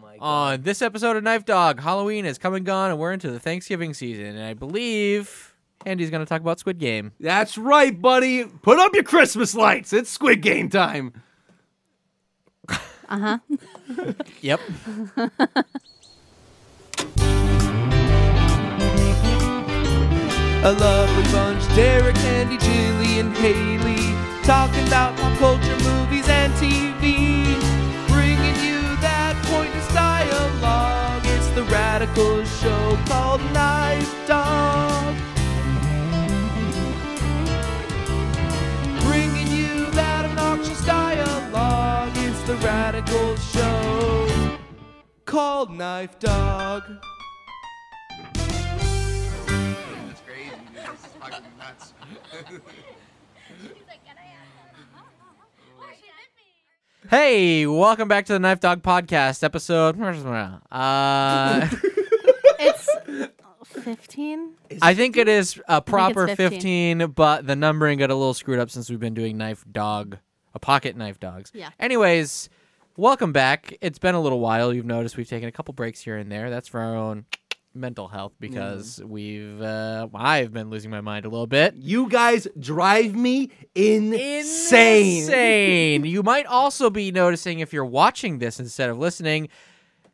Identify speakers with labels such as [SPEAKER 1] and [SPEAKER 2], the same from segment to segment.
[SPEAKER 1] my god.
[SPEAKER 2] On this episode of Knife Dog, Halloween has come and gone, and we're into the Thanksgiving season. And I believe Andy's going to talk about Squid Game.
[SPEAKER 3] That's right, buddy. Put up your Christmas lights. It's Squid Game time.
[SPEAKER 2] Yep.
[SPEAKER 4] A lovely bunch, Derek, Andy, Julie, and Haley, talking about pop culture, movies, and TV. Bringing you that pointless dialogue. It's the radical show called Knife Dog. Bringing you that obnoxious dialogue. It's the radical show called Knife Dog.
[SPEAKER 2] hey, welcome back to the Knife Dog podcast episode. Uh,
[SPEAKER 5] It's 15?
[SPEAKER 2] I think it is a proper 15.
[SPEAKER 5] 15.
[SPEAKER 2] but the numbering got a little screwed up since we've been doing knife dog, a pocket knife dogs.
[SPEAKER 5] Yeah.
[SPEAKER 2] Anyways, welcome back. It's been a little while. You've noticed we've taken a couple breaks here and there. That's for our own mental health because we've uh, I've been losing my mind a little bit.
[SPEAKER 3] You guys drive me insane.
[SPEAKER 2] Insane. you might also be noticing if you're watching this instead of listening,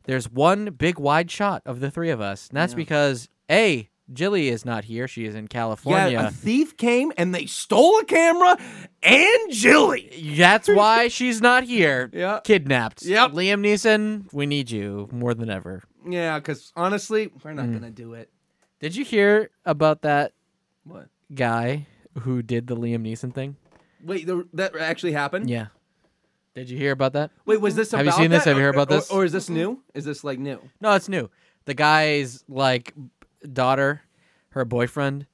[SPEAKER 2] there's one big wide shot of the three of us. And that's because A, Jilly is not here. She is in
[SPEAKER 3] Yeah,
[SPEAKER 2] California.
[SPEAKER 3] a thief came and they stole a camera and Jilly.
[SPEAKER 2] That's why she's not here.
[SPEAKER 3] Yeah.
[SPEAKER 2] Kidnapped.
[SPEAKER 3] Yep.
[SPEAKER 2] Liam Neeson, we need you more than ever.
[SPEAKER 3] Yeah, because honestly, we're not gonna do it.
[SPEAKER 2] Did you hear about that
[SPEAKER 3] What?
[SPEAKER 2] guy who did the Liam Neeson thing?
[SPEAKER 3] Wait, the, that actually happened?
[SPEAKER 2] Yeah. Did you hear about that?
[SPEAKER 3] Wait, was this
[SPEAKER 2] Have you
[SPEAKER 3] about
[SPEAKER 2] seen this?
[SPEAKER 3] that?
[SPEAKER 2] Have you heard about
[SPEAKER 3] Or-
[SPEAKER 2] this?
[SPEAKER 3] Or, or is this new? Is this like new?
[SPEAKER 2] No, it's new. The guy's like daughter, her boyfriend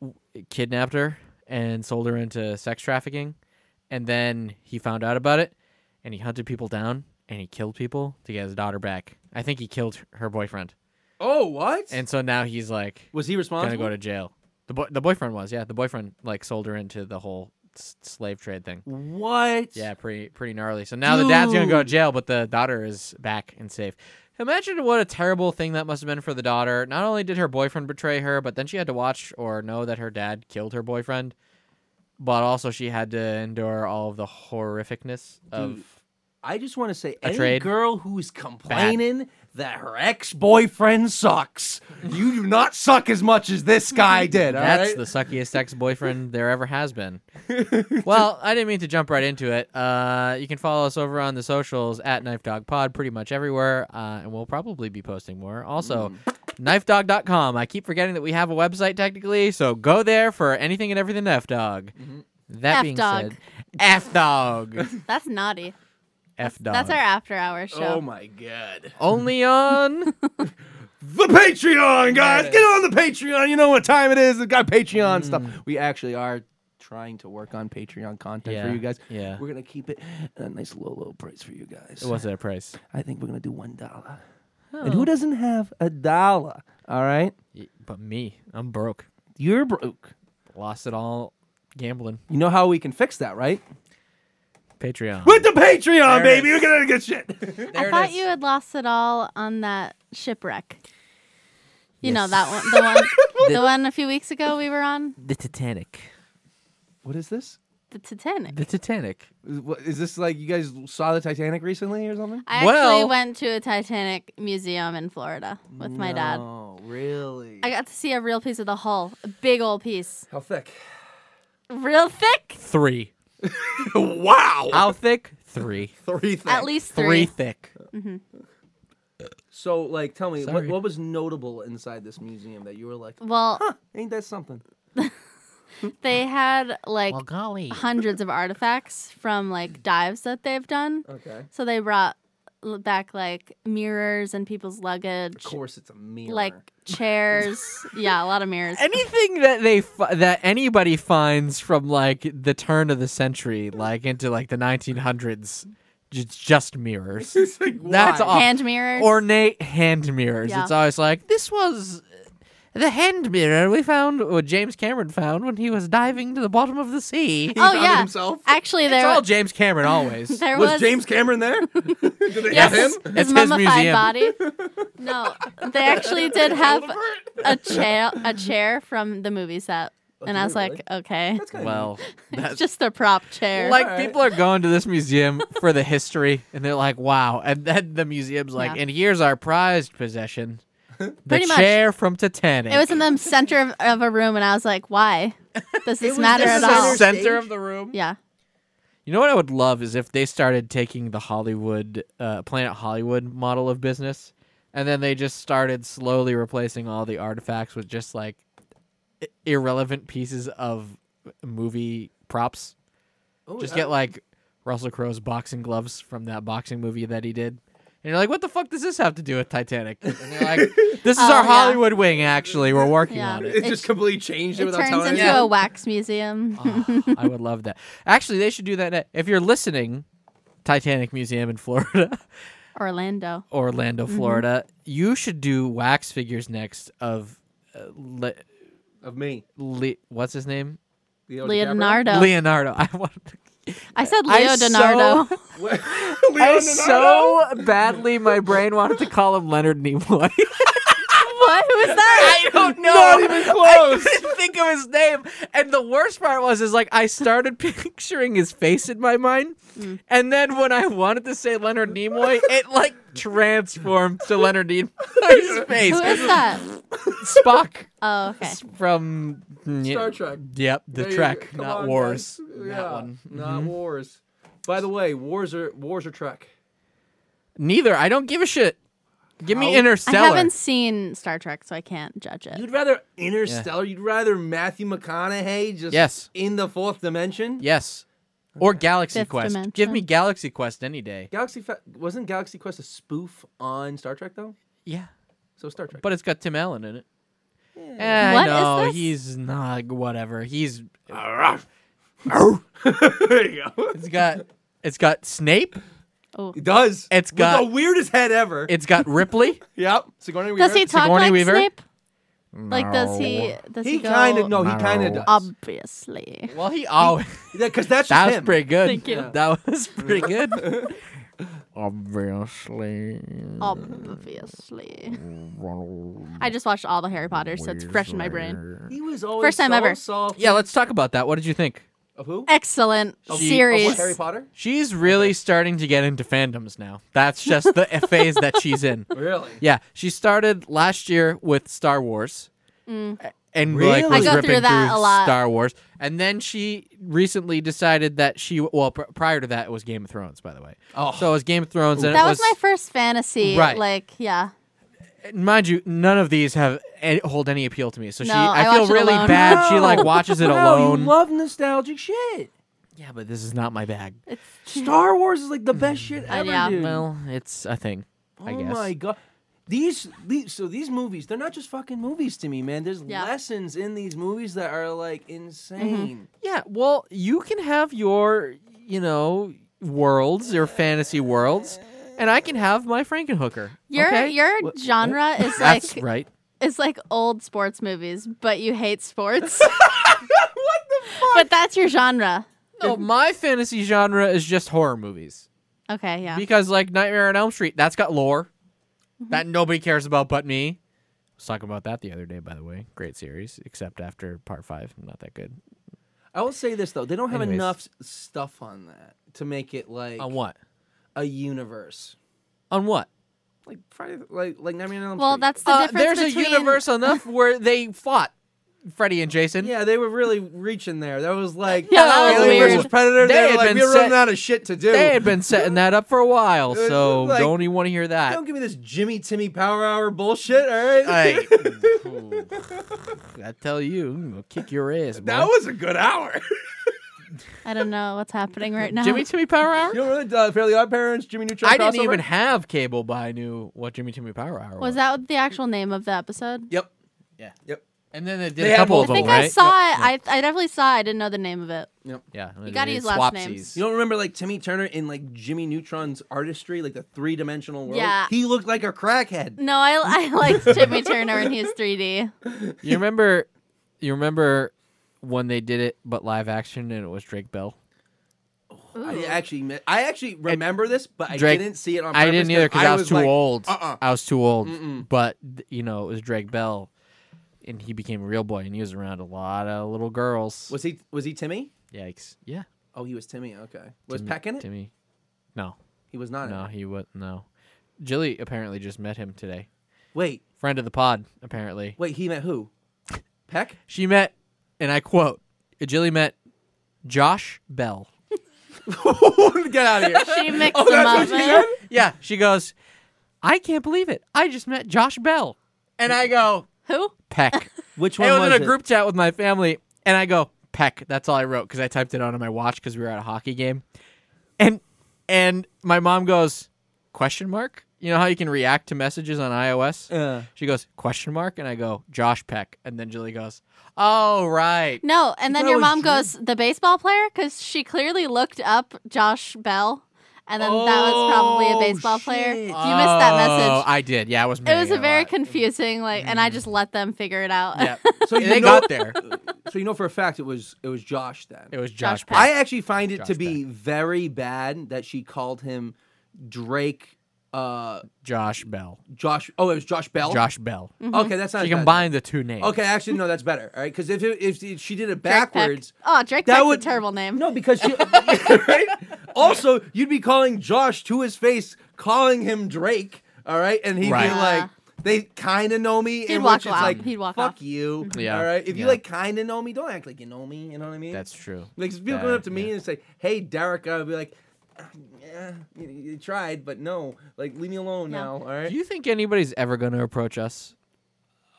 [SPEAKER 2] w- kidnapped her and sold her into sex trafficking, and then he found out about it, and he hunted people down and he killed people to get his daughter back. I think he killed her boyfriend,
[SPEAKER 3] Oh, what?
[SPEAKER 2] and so now he's like
[SPEAKER 3] was he
[SPEAKER 2] gonna
[SPEAKER 3] responsible?
[SPEAKER 2] go to jail. The boy, the boyfriend was yeah. The boyfriend like sold her into the whole s- slave trade thing.
[SPEAKER 3] what?
[SPEAKER 2] Yeah, pretty pretty gnarly. So now the dad's gonna go to jail, but the daughter is back and safe. Imagine what a terrible thing that must have been for the daughter. Not only did her boyfriend betray her, but then she had to watch or know that her dad killed her boyfriend, but also she had to endure all of the horrificness of.
[SPEAKER 3] Dude, I just want to say,
[SPEAKER 2] A
[SPEAKER 3] any
[SPEAKER 2] trade?
[SPEAKER 3] girl who's complaining that her ex-boyfriend sucks, you do not suck as much as this guy did. all
[SPEAKER 2] That's
[SPEAKER 3] right?
[SPEAKER 2] the suckiest ex boyfriend there ever has been. well, I didn't mean to jump right into it. Uh, you can follow us over on the socials at Knife Dog Pod pretty much everywhere, uh, and we'll probably be posting more. Also,
[SPEAKER 3] Mm.
[SPEAKER 2] knifedog.com. I keep forgetting that we have a website technically, so go there for anything and everything F Dog.
[SPEAKER 3] Mm-hmm.
[SPEAKER 2] That being
[SPEAKER 5] F-Dog.
[SPEAKER 2] said, F Dog.
[SPEAKER 5] That's naughty.
[SPEAKER 2] F Dog.
[SPEAKER 5] That's our after hour show.
[SPEAKER 3] Oh my god.
[SPEAKER 2] Only on.
[SPEAKER 3] The Patreon, guys, get on the Patreon. You know what time it is. We've got Patreon
[SPEAKER 2] Hmm.
[SPEAKER 3] stuff. We actually are trying to work on Patreon content
[SPEAKER 2] Yeah,
[SPEAKER 3] for you guys.
[SPEAKER 2] yeah.
[SPEAKER 3] we're gonna keep it at a nice low, low price for you guys.
[SPEAKER 2] What's that price?
[SPEAKER 3] I think we're gonna do one dollar. And
[SPEAKER 2] Oh.
[SPEAKER 3] who doesn't have a dollar? All right,
[SPEAKER 2] Y- But me, I'm broke.
[SPEAKER 3] you're broke.
[SPEAKER 2] Lost it all gambling.
[SPEAKER 3] You know how we can fix that, right?
[SPEAKER 2] Patreon.
[SPEAKER 3] With the Patreon,
[SPEAKER 2] There it
[SPEAKER 3] baby, we're gonna get shit.
[SPEAKER 2] There
[SPEAKER 5] I
[SPEAKER 2] it
[SPEAKER 5] thought
[SPEAKER 2] is.
[SPEAKER 5] you had lost it all on that shipwreck. You know
[SPEAKER 2] Yes.
[SPEAKER 5] that one, the one, the one a few weeks ago we were on
[SPEAKER 2] The Titanic.
[SPEAKER 3] what is this?
[SPEAKER 5] the Titanic.
[SPEAKER 2] The Titanic.
[SPEAKER 3] Is what- is this like you guys saw the Titanic recently or something?
[SPEAKER 5] I
[SPEAKER 2] Well-
[SPEAKER 5] actually went to a Titanic museum in Florida with my dad.
[SPEAKER 3] Oh, really?
[SPEAKER 5] I got to see a real piece of the hull, a big old piece,
[SPEAKER 3] How thick?
[SPEAKER 5] real thick,
[SPEAKER 2] Three.
[SPEAKER 3] wow.
[SPEAKER 2] How thick? Three.
[SPEAKER 3] Three thick.
[SPEAKER 5] at least
[SPEAKER 2] Three
[SPEAKER 5] three.
[SPEAKER 2] thick.
[SPEAKER 3] So, like, tell me, what,
[SPEAKER 2] Sorry.
[SPEAKER 3] what was notable inside this museum that you were like,
[SPEAKER 5] Well,
[SPEAKER 3] ain't that something?
[SPEAKER 5] they had like
[SPEAKER 2] golly.
[SPEAKER 5] hundreds of artifacts from like dives that they've done.
[SPEAKER 3] Okay.
[SPEAKER 5] So they brought l- back like mirrors and people's luggage,
[SPEAKER 3] Of course, it's a mirror.
[SPEAKER 5] like chairs. yeah, a lot of mirrors.
[SPEAKER 2] Anything that they fi- that anybody finds from like the turn of the century, like into like the 1900s, it's just mirrors.
[SPEAKER 3] it's like,
[SPEAKER 2] That's
[SPEAKER 3] why?
[SPEAKER 2] all.
[SPEAKER 5] Hand mirrors.
[SPEAKER 2] Ornate hand mirrors.
[SPEAKER 5] Yeah.
[SPEAKER 2] It's always like this was uh, the hand mirror we found, or James Cameron found when he was diving to the bottom of the sea.
[SPEAKER 5] oh
[SPEAKER 3] found it
[SPEAKER 5] yeah.
[SPEAKER 3] himself?
[SPEAKER 5] Actually,
[SPEAKER 2] It's
[SPEAKER 5] there
[SPEAKER 2] all James Cameron always.
[SPEAKER 5] there
[SPEAKER 3] Was,
[SPEAKER 5] was
[SPEAKER 3] James Cameron there? Did they
[SPEAKER 5] yes,
[SPEAKER 3] have him?
[SPEAKER 5] his
[SPEAKER 2] It's his
[SPEAKER 5] mummified
[SPEAKER 2] museum.
[SPEAKER 5] body. No, they actually did have a chair, a chair from the movie set, and I was
[SPEAKER 3] really?
[SPEAKER 5] like, okay,
[SPEAKER 3] That's kinda
[SPEAKER 2] well,
[SPEAKER 5] it's just a prop chair.
[SPEAKER 2] like
[SPEAKER 3] Alright.
[SPEAKER 2] people are going to this museum for the history, and they're like, "Wow!" And then the museum's like,
[SPEAKER 5] Yeah.
[SPEAKER 2] "And here's our prized possession, the
[SPEAKER 5] Pretty much.
[SPEAKER 2] chair from Titanic."
[SPEAKER 5] it was in the center of, of a room, and I was like, why does this
[SPEAKER 1] was
[SPEAKER 5] matter
[SPEAKER 1] the
[SPEAKER 5] at
[SPEAKER 2] the
[SPEAKER 5] all?
[SPEAKER 1] center-
[SPEAKER 2] center
[SPEAKER 1] Stage?
[SPEAKER 2] of the room.
[SPEAKER 5] Yeah,
[SPEAKER 2] You know what I would love is if they started taking the Hollywood, uh, Planet Hollywood model of business, and then they just started slowly replacing all the artifacts with just like i- irrelevant pieces of movie props.
[SPEAKER 3] Oh,
[SPEAKER 2] just
[SPEAKER 3] yeah.
[SPEAKER 2] get like Russell Crowe's boxing gloves from that boxing movie that he did. And you're like, what the fuck does this have to do with Titanic? And they're like, this is
[SPEAKER 5] Oh,
[SPEAKER 2] our
[SPEAKER 5] yeah.
[SPEAKER 2] Hollywood wing, actually. We're working
[SPEAKER 5] Yeah.
[SPEAKER 2] on it.
[SPEAKER 3] It just completely changed it
[SPEAKER 5] it
[SPEAKER 3] without
[SPEAKER 5] turns
[SPEAKER 3] telling
[SPEAKER 5] into
[SPEAKER 3] anyone.
[SPEAKER 5] a wax museum.
[SPEAKER 2] Ah, I would love that. Actually, they should do that. ne- If you're listening, Titanic Museum in Florida,
[SPEAKER 5] Orlando.
[SPEAKER 2] Orlando,
[SPEAKER 5] Mm-hmm.
[SPEAKER 2] Florida, you should do wax figures next of uh, Le-
[SPEAKER 3] Of me.
[SPEAKER 2] Le- what's his name?
[SPEAKER 3] Leo
[SPEAKER 5] Leonardo.
[SPEAKER 2] Leonardo. I want.
[SPEAKER 5] I said
[SPEAKER 2] I
[SPEAKER 5] Leo
[SPEAKER 2] so-
[SPEAKER 5] Donardo.
[SPEAKER 3] DiCaprio? Leo
[SPEAKER 2] I
[SPEAKER 3] Leonardo?
[SPEAKER 2] so badly my brain wanted to call him Leonard Nimoy.
[SPEAKER 5] what? Who is that?
[SPEAKER 2] I don't know.
[SPEAKER 3] Not even
[SPEAKER 2] I
[SPEAKER 3] close.
[SPEAKER 2] couldn't think of his name. And the worst part was, is like I started picturing his face in my mind,
[SPEAKER 5] Mm.
[SPEAKER 2] and then when I wanted to say Leonard Nimoy, it like transformed to Leonard Nimoy's face.
[SPEAKER 5] Who is that?
[SPEAKER 2] Spock
[SPEAKER 5] Oh, okay.
[SPEAKER 2] from mm,
[SPEAKER 3] Star Trek.
[SPEAKER 2] Yep, the
[SPEAKER 3] There you go.
[SPEAKER 2] Trek,
[SPEAKER 3] Come
[SPEAKER 2] not
[SPEAKER 3] on,
[SPEAKER 2] Wars.
[SPEAKER 3] guys.
[SPEAKER 2] That
[SPEAKER 3] Yeah,
[SPEAKER 2] one. Mm-hmm.
[SPEAKER 3] Not wars. By the way, wars are wars are Trek.
[SPEAKER 2] Neither. I don't give a shit. Give
[SPEAKER 3] How-
[SPEAKER 2] me
[SPEAKER 3] I
[SPEAKER 2] Interstellar.
[SPEAKER 5] I haven't seen Star Trek, so I can't judge it.
[SPEAKER 3] You'd rather Interstellar. You'd rather Matthew McConaughey just
[SPEAKER 2] Yes.
[SPEAKER 3] in the fourth dimension.
[SPEAKER 2] Yes. Or Galaxy
[SPEAKER 5] Fifth
[SPEAKER 2] Quest. Give me
[SPEAKER 5] dimension.
[SPEAKER 2] Galaxy Quest any day.
[SPEAKER 3] Galaxy Fe- wasn't Galaxy Quest a spoof on Star Trek though?
[SPEAKER 2] Yeah.
[SPEAKER 3] So Star Trek.
[SPEAKER 2] But it's got Tim Allen in it. Eh,
[SPEAKER 5] What is
[SPEAKER 2] no,
[SPEAKER 5] this?
[SPEAKER 2] he's not whatever. He's
[SPEAKER 3] there you go.
[SPEAKER 2] it's got it's got Snape.
[SPEAKER 5] Oh.
[SPEAKER 3] It does.
[SPEAKER 2] It's
[SPEAKER 3] With
[SPEAKER 2] got-
[SPEAKER 3] the weirdest head ever.
[SPEAKER 2] It's got Ripley.
[SPEAKER 3] yep. Sigourney Weaver.
[SPEAKER 5] Does he talk
[SPEAKER 2] Sigourney
[SPEAKER 5] like
[SPEAKER 2] Weaver?
[SPEAKER 5] Snape? Like does he? Does he,
[SPEAKER 3] He
[SPEAKER 5] go,
[SPEAKER 3] kind of no. He kind of does.
[SPEAKER 5] Obviously.
[SPEAKER 2] well, he always
[SPEAKER 3] Because that's just
[SPEAKER 2] that was
[SPEAKER 3] him.
[SPEAKER 2] pretty good.
[SPEAKER 5] Thank you.
[SPEAKER 2] That was pretty good. Obviously,
[SPEAKER 3] Mm.
[SPEAKER 5] Obviously. I just watched all the Harry Potter, so it's Oh. fresh in my brain.
[SPEAKER 3] He was always
[SPEAKER 5] First time
[SPEAKER 3] so
[SPEAKER 5] ever.
[SPEAKER 3] soft.
[SPEAKER 2] yeah. Let's talk about that. What did you think?
[SPEAKER 3] Of who?
[SPEAKER 5] Excellent
[SPEAKER 3] Of- Of
[SPEAKER 5] series.
[SPEAKER 3] what, Harry Potter.
[SPEAKER 2] She's really starting to get into fandoms now. That's just the phase that she's in.
[SPEAKER 3] Really?
[SPEAKER 2] Yeah, she started last year with Star Wars. a- And like
[SPEAKER 3] Really?
[SPEAKER 2] was
[SPEAKER 5] Mm. I go
[SPEAKER 2] ripping
[SPEAKER 5] through that a lot.
[SPEAKER 2] Star Wars, and then she recently decided that she well pr- prior to that it was Game of Thrones, by the way.
[SPEAKER 3] Oh.
[SPEAKER 2] so it was Game of Thrones, and
[SPEAKER 5] that
[SPEAKER 2] it
[SPEAKER 5] was, my first fantasy.
[SPEAKER 2] Right.
[SPEAKER 5] Like, yeah.
[SPEAKER 2] mind you, none of these have any, hold any appeal to me. So she,
[SPEAKER 5] No, I
[SPEAKER 2] I, feel
[SPEAKER 5] watch it
[SPEAKER 2] really
[SPEAKER 5] alone.
[SPEAKER 2] bad. She like watches it
[SPEAKER 3] Wow,
[SPEAKER 2] alone.
[SPEAKER 3] you love nostalgic shit.
[SPEAKER 2] yeah, but this is not my bag.
[SPEAKER 3] Star Wars is like the best shit ever,
[SPEAKER 5] yeah.
[SPEAKER 3] dude.
[SPEAKER 2] Well, it's a thing.
[SPEAKER 3] oh
[SPEAKER 2] Mm. I guess.
[SPEAKER 3] my god. These, these so these movies, they're not just fucking movies to me, man. There's
[SPEAKER 5] Yeah. Mm-hmm.
[SPEAKER 3] lessons in these movies that are like insane.
[SPEAKER 2] Yeah, well, you can have your, you know, worlds, your fantasy worlds, and I can have my Frankenhooker.
[SPEAKER 5] Your
[SPEAKER 2] okay?
[SPEAKER 5] your genre is like
[SPEAKER 2] That's right.
[SPEAKER 5] is like old sports movies, but you hate sports. what the fuck? But that's your genre.
[SPEAKER 2] No, my fantasy genre is just horror movies
[SPEAKER 5] Okay, yeah. Mm-hmm.
[SPEAKER 2] because, like, Nightmare on Elm Street, that's got lore that nobody cares about but me. I was talking about that the other day, by the way. Great series, except after part five, not that good.
[SPEAKER 3] I will say this though, they don't have
[SPEAKER 2] Anyways.
[SPEAKER 3] enough s- stuff on that to make it like
[SPEAKER 2] On what?
[SPEAKER 3] a universe.
[SPEAKER 2] On what?
[SPEAKER 3] Like Friday, like like Nightmare on Elm
[SPEAKER 5] well,
[SPEAKER 3] Street.
[SPEAKER 5] that's the
[SPEAKER 2] Uh,
[SPEAKER 5] difference
[SPEAKER 2] there's
[SPEAKER 5] between
[SPEAKER 2] a universe enough where they fought Freddy and Jason.
[SPEAKER 3] yeah, they were really reaching there. That was like
[SPEAKER 5] Yeah, that was
[SPEAKER 3] Alien versus
[SPEAKER 5] weird.
[SPEAKER 3] Predator. They,
[SPEAKER 2] They
[SPEAKER 3] were
[SPEAKER 2] had
[SPEAKER 3] like,
[SPEAKER 2] been
[SPEAKER 3] we were
[SPEAKER 2] set-
[SPEAKER 3] running out of shit to do.
[SPEAKER 2] They had been setting that up for a while,
[SPEAKER 3] was
[SPEAKER 2] so
[SPEAKER 3] like-
[SPEAKER 2] don't even want to hear that.
[SPEAKER 3] Don't give me this Jimmy Timmy Power Hour bullshit. All right,
[SPEAKER 2] I, I tell you, I'm gonna kick your ass. boy.
[SPEAKER 3] that was a good hour.
[SPEAKER 5] I don't know what's happening right now.
[SPEAKER 2] Jimmy Timmy Power Hour.
[SPEAKER 3] You don't remember the uh, Fairly Odd Parents, Jimmy Neutron
[SPEAKER 2] I didn't
[SPEAKER 3] crossover?
[SPEAKER 2] even have cable, but I knew what Jimmy Timmy Power Hour was.
[SPEAKER 5] was that the actual name of the episode?
[SPEAKER 3] Yep.
[SPEAKER 2] Yeah.
[SPEAKER 3] Yep.
[SPEAKER 2] And then they did
[SPEAKER 4] They
[SPEAKER 2] a
[SPEAKER 4] had
[SPEAKER 2] couple of them,
[SPEAKER 5] I think
[SPEAKER 2] right?
[SPEAKER 5] I saw it. I, I definitely saw it. I didn't know the name of it.
[SPEAKER 2] yeah,
[SPEAKER 5] You gotta
[SPEAKER 2] they
[SPEAKER 5] use
[SPEAKER 2] did
[SPEAKER 5] last names.
[SPEAKER 3] You don't remember like Timmy Turner in like Jimmy Neutron's artistry, like the three dimensional world?
[SPEAKER 5] Yeah.
[SPEAKER 3] He looked like a crackhead.
[SPEAKER 5] No, I, I liked Jimmy Turner when he was 3D.
[SPEAKER 2] You remember? You remember when they did it, but live action, and it was Drake Bell.
[SPEAKER 5] Ooh.
[SPEAKER 3] I actually, mi- I actually remember this, but I
[SPEAKER 2] Drake-
[SPEAKER 3] didn't see it on.
[SPEAKER 2] I
[SPEAKER 3] Purpose
[SPEAKER 2] didn't either because I, was too
[SPEAKER 3] like,
[SPEAKER 2] old.
[SPEAKER 3] uh-uh.
[SPEAKER 2] I was too old.
[SPEAKER 3] Mm-mm.
[SPEAKER 2] But th- you know, it was Drake Bell, and he became a real boy, and he was around a lot of little girls.
[SPEAKER 3] Was he? Was he Timmy?
[SPEAKER 2] Yikes! Yeah,
[SPEAKER 3] Oh, he was Timmy. Okay. Was
[SPEAKER 2] Timmy-
[SPEAKER 3] Peck in it?
[SPEAKER 2] Timmy? No,
[SPEAKER 3] He was not.
[SPEAKER 2] no,
[SPEAKER 3] In it.
[SPEAKER 2] he was no. Jilly apparently just met him today.
[SPEAKER 3] Wait,
[SPEAKER 2] Friend of the pod, apparently.
[SPEAKER 3] wait. He met who? Peck.
[SPEAKER 2] She met, and I quote, Jilly met Josh Bell.
[SPEAKER 3] Get out of here.
[SPEAKER 5] She mixed
[SPEAKER 3] Oh,
[SPEAKER 5] them
[SPEAKER 3] that's
[SPEAKER 5] up.
[SPEAKER 3] what she said?
[SPEAKER 2] Yeah, she goes, I can't believe it. I just met Josh Bell. And I go,
[SPEAKER 5] Who?
[SPEAKER 2] Peck.
[SPEAKER 3] Which
[SPEAKER 2] it
[SPEAKER 3] one
[SPEAKER 2] was,
[SPEAKER 3] was
[SPEAKER 2] in a group chat with my family, and I go, Peck. That's all I wrote because I typed it onto my watch because we were at a hockey game. And and my mom goes, question mark? You know how you can react to messages on iOS?
[SPEAKER 3] Uh.
[SPEAKER 2] She goes, question mark? And I go, Josh Peck. And then Julie goes, oh, right.
[SPEAKER 5] No, and then
[SPEAKER 3] thought it
[SPEAKER 5] your
[SPEAKER 3] was
[SPEAKER 5] mom
[SPEAKER 3] Drew.
[SPEAKER 5] goes, the baseball player? Because she clearly looked up Josh Bell, and then that was probably a
[SPEAKER 3] Oh,
[SPEAKER 5] baseball player.
[SPEAKER 3] shit.
[SPEAKER 5] You missed that
[SPEAKER 2] Oh,
[SPEAKER 5] message.
[SPEAKER 2] I did. Yeah, I was
[SPEAKER 5] It
[SPEAKER 2] married
[SPEAKER 5] was a very
[SPEAKER 2] lot.
[SPEAKER 5] confusing, like, and I just let them figure it out.
[SPEAKER 2] Mm. Yeah.
[SPEAKER 3] So
[SPEAKER 2] they
[SPEAKER 3] you know,
[SPEAKER 2] got there.
[SPEAKER 3] so you know for a fact it was it was Josh then.
[SPEAKER 2] It was Josh,
[SPEAKER 5] Josh
[SPEAKER 2] Peck.
[SPEAKER 5] Peck.
[SPEAKER 3] I actually find it to
[SPEAKER 2] Josh
[SPEAKER 3] be very bad that she called him Drake. Uh,
[SPEAKER 2] Josh Bell.
[SPEAKER 3] Josh. Oh, it was Josh Bell.
[SPEAKER 2] Josh Bell.
[SPEAKER 5] Mm-hmm.
[SPEAKER 3] Okay, that's not.
[SPEAKER 2] She
[SPEAKER 3] as bad.
[SPEAKER 2] combined the two names.
[SPEAKER 3] Okay, actually, no, that's better. All right, because if it, if she did it
[SPEAKER 5] Drake Peck.
[SPEAKER 3] backwards,
[SPEAKER 5] Oh, Drake
[SPEAKER 3] That
[SPEAKER 5] Peck's
[SPEAKER 3] would-
[SPEAKER 5] a terrible name.
[SPEAKER 3] no, because she. right? Also, you'd be calling Josh to his face, calling him Drake. All right, and he'd
[SPEAKER 2] Right.
[SPEAKER 3] be
[SPEAKER 2] Yeah.
[SPEAKER 3] like, "They kind of know me." in
[SPEAKER 5] walk
[SPEAKER 3] which it's
[SPEAKER 5] off.
[SPEAKER 3] like,
[SPEAKER 5] He'd walk
[SPEAKER 3] "Fuck
[SPEAKER 5] off. Mm-hmm.
[SPEAKER 3] you."
[SPEAKER 2] Yeah.
[SPEAKER 3] All right, if you
[SPEAKER 2] Yeah.
[SPEAKER 3] like kind of know me, don't act like you know me. You know what I mean?
[SPEAKER 2] That's true.
[SPEAKER 3] Like if people
[SPEAKER 2] That-
[SPEAKER 3] come up to me
[SPEAKER 2] yeah.
[SPEAKER 3] and say, "Hey, Derek," I'd be like, "Ah, "Yeah, you, you tried, but no. Like, leave me alone
[SPEAKER 5] No.
[SPEAKER 3] now." All right.
[SPEAKER 2] Do you think anybody's ever going to approach us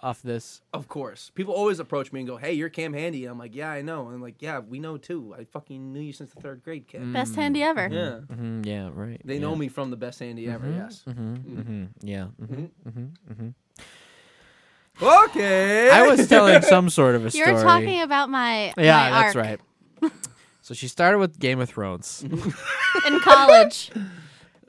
[SPEAKER 2] off this?
[SPEAKER 3] of course, people always approach me and go, "Hey, you're Cam Handy." I'm like, "Yeah, I know." And I'm like, "Yeah, we know too. I fucking knew you since the third grade, kid."
[SPEAKER 5] Best handy ever.
[SPEAKER 3] Mm. Yeah,
[SPEAKER 2] hmm Mm. yeah, right.
[SPEAKER 3] they know me Mm. from the best Handy ever. Yes.
[SPEAKER 2] hmm Yeah. mhm.
[SPEAKER 3] Okay.
[SPEAKER 2] I was telling some sort of a
[SPEAKER 5] You're
[SPEAKER 2] story.
[SPEAKER 5] talking about my
[SPEAKER 2] yeah,
[SPEAKER 5] my
[SPEAKER 2] that's
[SPEAKER 5] arc
[SPEAKER 2] right. So she started with Game of Thrones.
[SPEAKER 3] Mm-hmm.
[SPEAKER 5] in college.